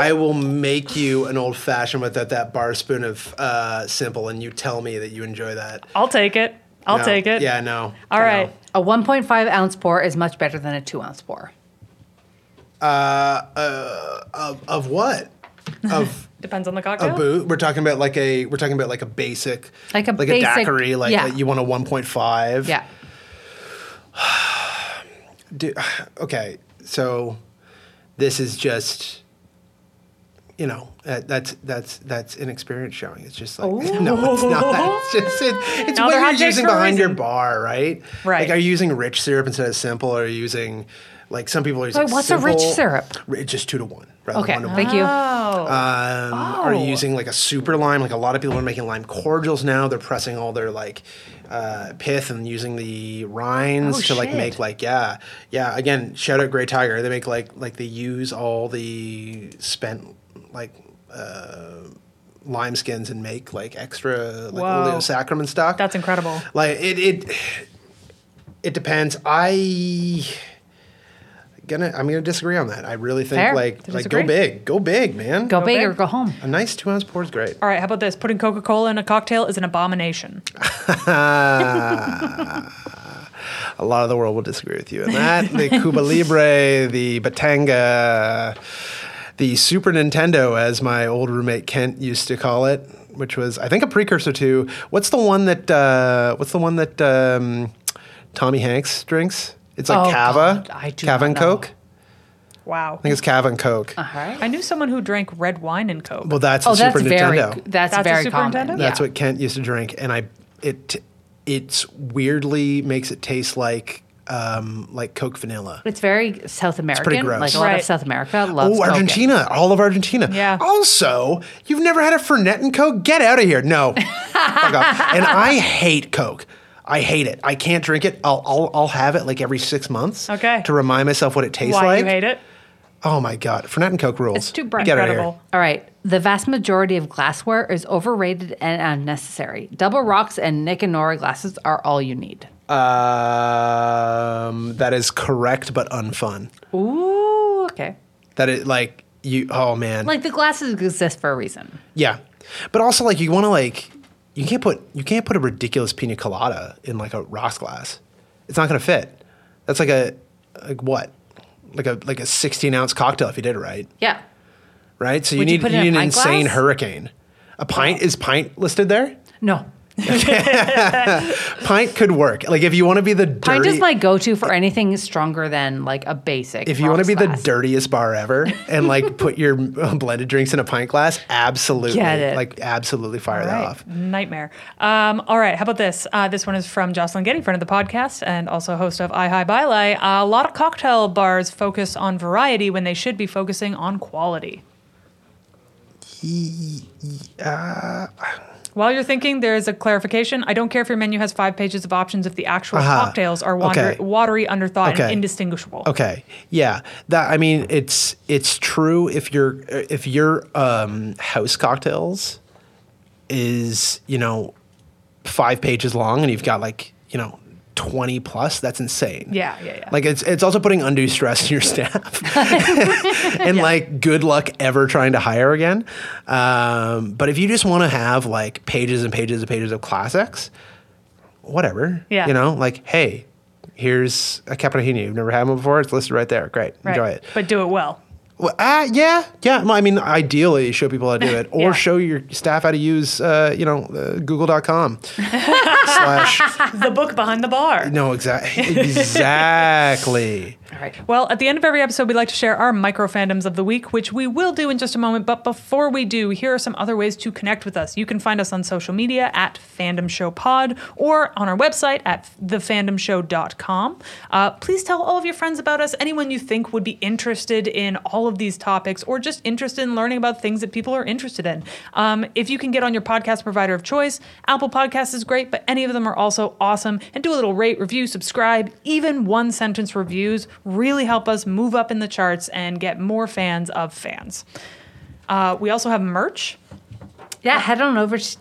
Speaker 3: I will make you an old fashioned with that that bar spoon of uh, simple, and you tell me that you enjoy that.
Speaker 1: I'll take it. I'll
Speaker 3: No.
Speaker 1: take it.
Speaker 3: Yeah, no.
Speaker 1: All
Speaker 3: No.
Speaker 1: right.
Speaker 2: A 1.5 ounce pour is much better than a 2 ounce pour.
Speaker 3: Uh, Of, of what? Of
Speaker 1: Depends on the
Speaker 3: a
Speaker 1: cocktail.
Speaker 3: boot? We're talking about like a we're talking about like a basic,
Speaker 2: Like a
Speaker 3: like
Speaker 2: basic-
Speaker 3: a daiquiri. Like
Speaker 2: yeah.
Speaker 3: a- you want a one point five.
Speaker 2: Yeah.
Speaker 3: Do, okay, so this is just. You know that, that's that's that's inexperience showing. It's just like no, it's not.
Speaker 2: Oh.
Speaker 3: It's just it, it's
Speaker 1: No,
Speaker 3: what
Speaker 1: they're
Speaker 3: you're
Speaker 1: hot takes
Speaker 3: using
Speaker 1: for a
Speaker 3: behind your
Speaker 1: reason.
Speaker 3: bar, right?
Speaker 1: Right.
Speaker 3: Like, are you using rich syrup instead of simple? Or are you using like some people are using
Speaker 2: Wait, what's a rich
Speaker 3: simple-
Speaker 2: syrup?
Speaker 3: It's just two to one. rather than
Speaker 2: Okay.
Speaker 3: one to one.
Speaker 2: Thank you.
Speaker 1: Oh.
Speaker 3: Um, Are you
Speaker 2: Oh.
Speaker 3: using like a super lime? Like a lot of people are making lime cordials now. They're pressing all their like uh, pith and using the rinds
Speaker 2: Oh,
Speaker 3: to like
Speaker 2: shit.
Speaker 3: make like yeah yeah. Again, shout out Grey Tiger. They make like like they use all the spent like uh, lime skins and make like extra like
Speaker 1: Whoa.
Speaker 3: oleosaccharin stock.
Speaker 1: That's incredible.
Speaker 3: Like it it it depends. I gonna I'm gonna disagree on that. I really think
Speaker 2: Fair.
Speaker 3: like like
Speaker 1: Disagree.
Speaker 3: go big, go big, man.
Speaker 2: Go, big
Speaker 1: big.
Speaker 2: or go home.
Speaker 3: A nice two ounce pour is great.
Speaker 1: All right, how about this? Putting Coca Cola in a cocktail is an abomination.
Speaker 3: A lot of the world will disagree with you in that. The Cuba Libre, the Batanga, the Super Nintendo, as my old roommate Kent used to call it, which was I think a precursor to what's the one that uh, what's the one that um, Tommy Hanks drinks? It's like
Speaker 2: Oh,
Speaker 3: Cava,
Speaker 2: God, I do
Speaker 3: Cava
Speaker 2: not
Speaker 3: and
Speaker 2: know.
Speaker 3: Coke.
Speaker 1: Wow.
Speaker 3: I think it's Cav and Coke.
Speaker 2: All right.
Speaker 1: I knew someone who drank red wine and Coke.
Speaker 3: Well, that's
Speaker 2: Oh,
Speaker 3: a
Speaker 2: that's
Speaker 3: Super
Speaker 2: very
Speaker 3: Nintendo.
Speaker 2: that's,
Speaker 1: That's a
Speaker 2: very
Speaker 1: Super
Speaker 2: common.
Speaker 1: Nintendo?
Speaker 3: That's
Speaker 2: yeah.
Speaker 3: what Kent used to drink, and I it it's weirdly makes it taste like um, like Coke vanilla.
Speaker 2: It's very South American.
Speaker 3: gross.
Speaker 2: Like a lot
Speaker 1: Right.
Speaker 2: of South America loves
Speaker 3: Oh,
Speaker 2: Coke.
Speaker 3: Argentina! All of Argentina.
Speaker 1: Yeah.
Speaker 3: Also, you've never had a Fernet and Coke? Get out of here! No. Fuck off. And I hate Coke. I hate it. I can't drink it. I'll, I'll I'll have it like every six months.
Speaker 1: Okay.
Speaker 3: To remind myself what it tastes
Speaker 1: Why
Speaker 3: like.
Speaker 1: you hate it?
Speaker 3: Oh my god, Fernet and Coke rules.
Speaker 1: It's too bright.
Speaker 3: Get out of
Speaker 1: Incredible.
Speaker 3: here.
Speaker 2: All right. The vast majority of glassware is overrated and unnecessary. Double rocks and Nicanora glasses are all you need.
Speaker 3: Um, that is correct, but unfun.
Speaker 2: Ooh, okay.
Speaker 3: That it like you. Oh man.
Speaker 2: Like the glasses exist for a reason.
Speaker 3: Yeah, but also like you want to like you can't put you can't put a ridiculous pina colada in like a rocks glass. It's not gonna fit. That's like a like what like a like a sixteen ounce cocktail if you did it right,
Speaker 2: Yeah.
Speaker 3: right? So you
Speaker 2: Would you
Speaker 3: need you,
Speaker 2: put it in a
Speaker 3: need an
Speaker 2: pint
Speaker 3: insane
Speaker 2: glass? Oh.
Speaker 3: hurricane. A pint is pint listed there.
Speaker 2: No.
Speaker 3: Pint could work. Like if you want to be the dirty,
Speaker 2: Pint is my go-to for anything stronger than like a basic.
Speaker 3: if you want to
Speaker 2: rocks
Speaker 3: be
Speaker 2: glass.
Speaker 3: the dirtiest bar ever and like put your uh, blended drinks in a pint glass, absolutely,
Speaker 2: Get it.
Speaker 3: like absolutely fire
Speaker 1: All
Speaker 3: that
Speaker 1: right.
Speaker 3: off.
Speaker 1: Nightmare. Um, all right. How about this? Uh, this one is from Jocelyn Getty, friend of the podcast and also host of I High Bylai. a lot of cocktail bars focus on variety when they should be focusing on quality. While you're thinking, there is a clarification. I don't care if your menu has five pages of options if the actual
Speaker 3: Aha.
Speaker 1: cocktails are wander-
Speaker 3: Uh-huh. Okay.
Speaker 1: watery, underthought,
Speaker 3: Okay.
Speaker 1: and indistinguishable.
Speaker 3: Okay. Yeah. That I mean it's it's true if your if your um house cocktails is, you know, 5 pages long and you've got like, you know, 20 plus, that's insane.
Speaker 1: Yeah, yeah, yeah.
Speaker 3: Like it's it's also putting undue stress on your staff. and like good luck ever trying to hire again. Um, but if you just want to have like pages and pages and pages of classics, whatever.
Speaker 1: Yeah.
Speaker 3: You know, like, hey, here's a caponahina. You've never had one before. It's listed right there. Great.
Speaker 1: Right.
Speaker 3: Enjoy it.
Speaker 1: But do it well.
Speaker 3: Well, uh, yeah, yeah. Well, I mean, ideally, show people how to do it, or
Speaker 1: Yeah.
Speaker 3: show your staff how to use, uh, you know, uh, Google.com slash.
Speaker 1: the book behind the bar.
Speaker 3: No, exactly, exactly.
Speaker 2: All right.
Speaker 1: Well, at the end of every episode, we like to share our micro fandoms of the week, which we will do in just a moment. But before we do, here are some other ways to connect with us. You can find us on social media at Fandom Show Pod or on our website at thefandomshow.com. Uh, please tell all of your friends about us, anyone you think would be interested in all of these topics or just interested in learning about things that people are interested in. Um, if you can get on your podcast provider of choice, Apple Podcasts is great, but any of them are also awesome. And do a little rate, review, subscribe, even one sentence reviews really help us move up in the charts and get more fans of fans. Uh, we also have merch.
Speaker 2: Yeah, head on over to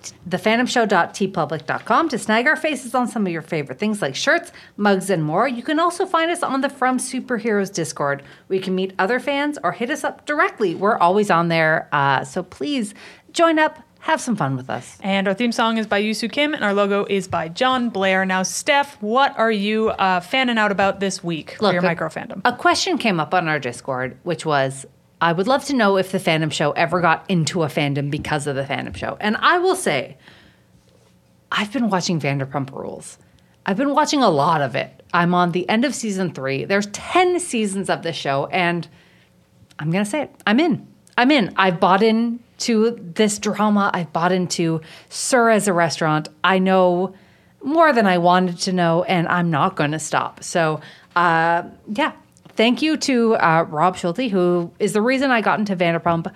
Speaker 2: thephantomshow.tpublic.com to snag our faces on some of your favorite things like shirts, mugs, and more. You can also find us on the From Superheroes Discord. We can meet other fans or hit us up directly. We're always on there, uh, so please join up, have some fun with us.
Speaker 1: And our theme song is by Yusu Kim, and our logo is by John Blair. Now, Steph, what are you uh, fanning out about this week for your
Speaker 2: a-
Speaker 1: micro fandom?
Speaker 2: A question came up on our Discord, which was I would love to know if the fandom show ever got into a fandom because of the fandom show. And I will say, I've been watching Vanderpump Rules. I've been watching a lot of it. I'm on the end of season three. There's 10 seasons of this show, and I'm going to say it. I'm in. I'm in. I've bought in to this drama. I've bought into Sir as a restaurant. I know more than I wanted to know, and I'm not going to stop. So, uh, yeah. Thank you to uh, Rob Schulte, who is the reason I got into Vanderpump.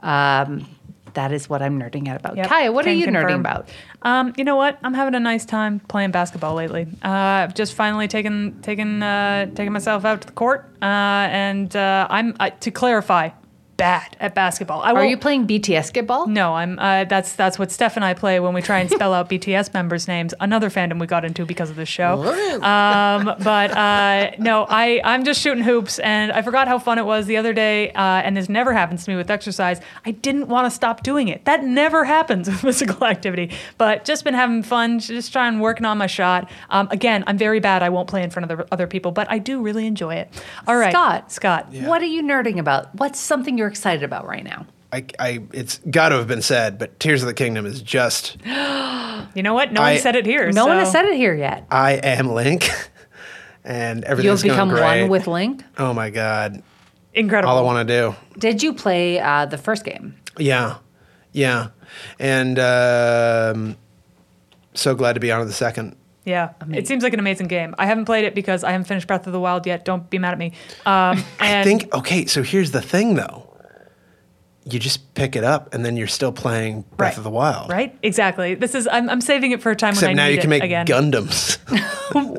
Speaker 2: Um, that is what I'm nerding out about.
Speaker 1: Yep.
Speaker 2: Kaya, what are
Speaker 1: Can
Speaker 2: you nerding
Speaker 1: confirm.
Speaker 2: about?
Speaker 1: Um, you know what? I'm having a nice time playing basketball lately. Uh, I've just finally taken taken uh, taken myself out to the court, uh, and uh, I'm uh, to clarify, bad at basketball. I
Speaker 2: Are
Speaker 1: won't-
Speaker 2: you playing BTS basketball?
Speaker 1: No, I'm. Uh, that's that's what Steph and I play when we try and spell out BTS members' names. Another fandom we got into because of this show. um, but uh, no, I I'm just shooting hoops, and I forgot how fun it was the other day. Uh, and this never happens to me with exercise. I didn't want to stop doing it. That never happens with physical activity. But just been having fun, just trying working on my shot. Um, again, I'm very bad. I won't play in front of the other people, but I do really enjoy it. All right,
Speaker 2: Scott.
Speaker 1: Scott.
Speaker 2: What are you nerding about? What's something you're excited about right now?
Speaker 3: I, I, it's got to have been said, but Tears of the Kingdom is just.
Speaker 1: You know what? No
Speaker 3: I-
Speaker 1: one said it here.
Speaker 2: No one has
Speaker 1: so-
Speaker 2: said it here yet.
Speaker 3: I am Link, and everything's
Speaker 2: You'll become
Speaker 3: going great.
Speaker 2: one with Link.
Speaker 3: Oh my god,
Speaker 1: Incredible.
Speaker 3: all I want to
Speaker 2: Did you play uh, the first game?
Speaker 3: do. Yeah, yeah, and um, so glad to be on to the second.
Speaker 1: Yeah, it seems like an amazing game. I haven't played it because I haven't finished Breath of the Wild yet. Don't be mad at me. Um, and
Speaker 3: I think okay. So here's the thing, though. You just pick it up, and then you're still playing Breath
Speaker 1: Right.
Speaker 3: of the Wild.
Speaker 1: right, exactly. This is I'm, I'm saving it for a time
Speaker 3: Except
Speaker 1: when I
Speaker 3: now
Speaker 1: need
Speaker 3: you can
Speaker 1: it
Speaker 3: make
Speaker 1: again.
Speaker 3: Gundams.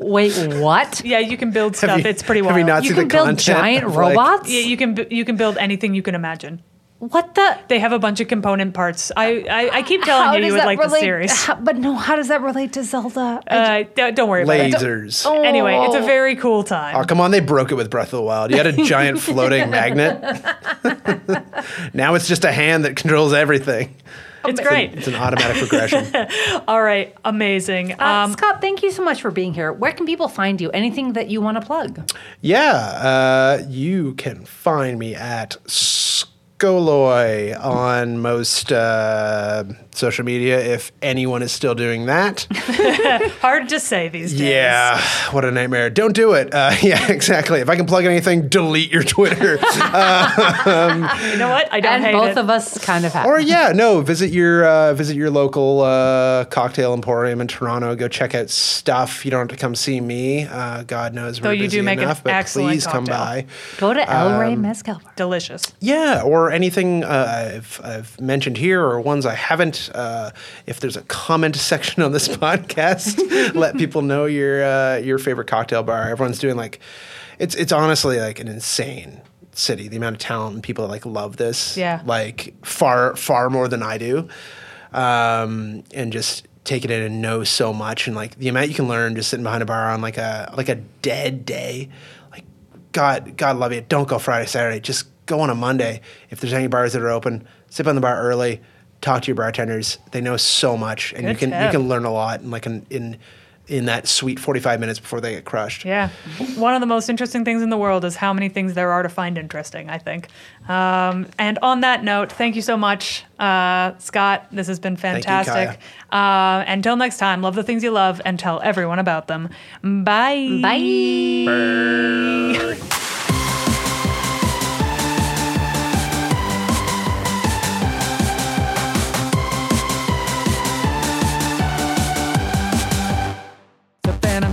Speaker 2: Wait, what?
Speaker 1: yeah, you can build stuff.
Speaker 3: you-
Speaker 1: it's pretty
Speaker 3: have
Speaker 1: wild.
Speaker 3: you not
Speaker 2: you
Speaker 3: see the
Speaker 2: can build
Speaker 3: content
Speaker 2: giant
Speaker 3: of, like-
Speaker 2: robots?
Speaker 1: yeah, you can bu- you can build anything you can imagine.
Speaker 2: what the?
Speaker 1: They have a bunch of component parts. I I, I keep telling you you would like the series.
Speaker 2: how- but no, how does that relate to Zelda? I-
Speaker 1: Uh, don't, don't worry about it.
Speaker 3: Lasers. Oh.
Speaker 1: Anyway, it's a very cool time.
Speaker 3: come on! They broke it with Breath of the Wild. You had a giant floating magnet. now it's just a hand that controls everything.
Speaker 1: It's great.
Speaker 3: It's an automatic progression.
Speaker 1: All right, amazing.
Speaker 2: Uh,
Speaker 1: Um,
Speaker 2: Scott, thank you so much for being here. Where can people find you? Anything that you want to plug?
Speaker 3: yeah, uh, you can find me at Skoloy on most uh, social media if anyone is still doing that.
Speaker 1: hard to say these days.
Speaker 3: Yeah, what a nightmare. Don't do it. Uh, yeah, exactly. If I can plug anything, delete your Twitter.
Speaker 1: You know what? I don't
Speaker 2: And
Speaker 1: hate
Speaker 2: both
Speaker 1: it.
Speaker 2: of us kind of have.
Speaker 3: or yeah, no, visit your uh, visit your local uh, cocktail emporium in Toronto. Go check out stuff. You don't have to come see me. Uh, God knows we're
Speaker 1: Though you do
Speaker 3: busy
Speaker 1: make an
Speaker 3: enough, but
Speaker 1: excellent
Speaker 3: please come
Speaker 1: cocktail.
Speaker 3: by.
Speaker 2: Go to El Rey
Speaker 3: Um,
Speaker 2: Mezcal. Bar.
Speaker 1: Delicious.
Speaker 3: Yeah, or anything uh, I've, I've mentioned here or ones I haven't. Uh, if there's a comment section on this podcast, let people know your uh, your favorite cocktail bar. Everyone's doing like, it's it's honestly like an insane city. The amount of talent and people that like love this,
Speaker 1: Yeah.
Speaker 3: like far far more than I do, um, and just take it in and know so much and like the amount you can learn just sitting behind a bar on like a like a dead day, like God, God love you. Don't go Friday, Saturday. Just go on a Monday. If there's any bars that are open, sip on the bar early. Talk to your bartenders. They know so much, and you
Speaker 1: Good
Speaker 3: can
Speaker 1: tip.
Speaker 3: you can learn a lot in like an, in in that sweet 45 minutes before they get crushed.
Speaker 1: Yeah. One of the most interesting things in the world is how many things there are to find interesting, I think. Um, and on that note, thank you so much, uh, Scott. This has been
Speaker 3: you,
Speaker 1: fantastic. Uh, until next time, love the things you love and tell everyone about them. Bye.
Speaker 2: Bye.
Speaker 4: The Phantom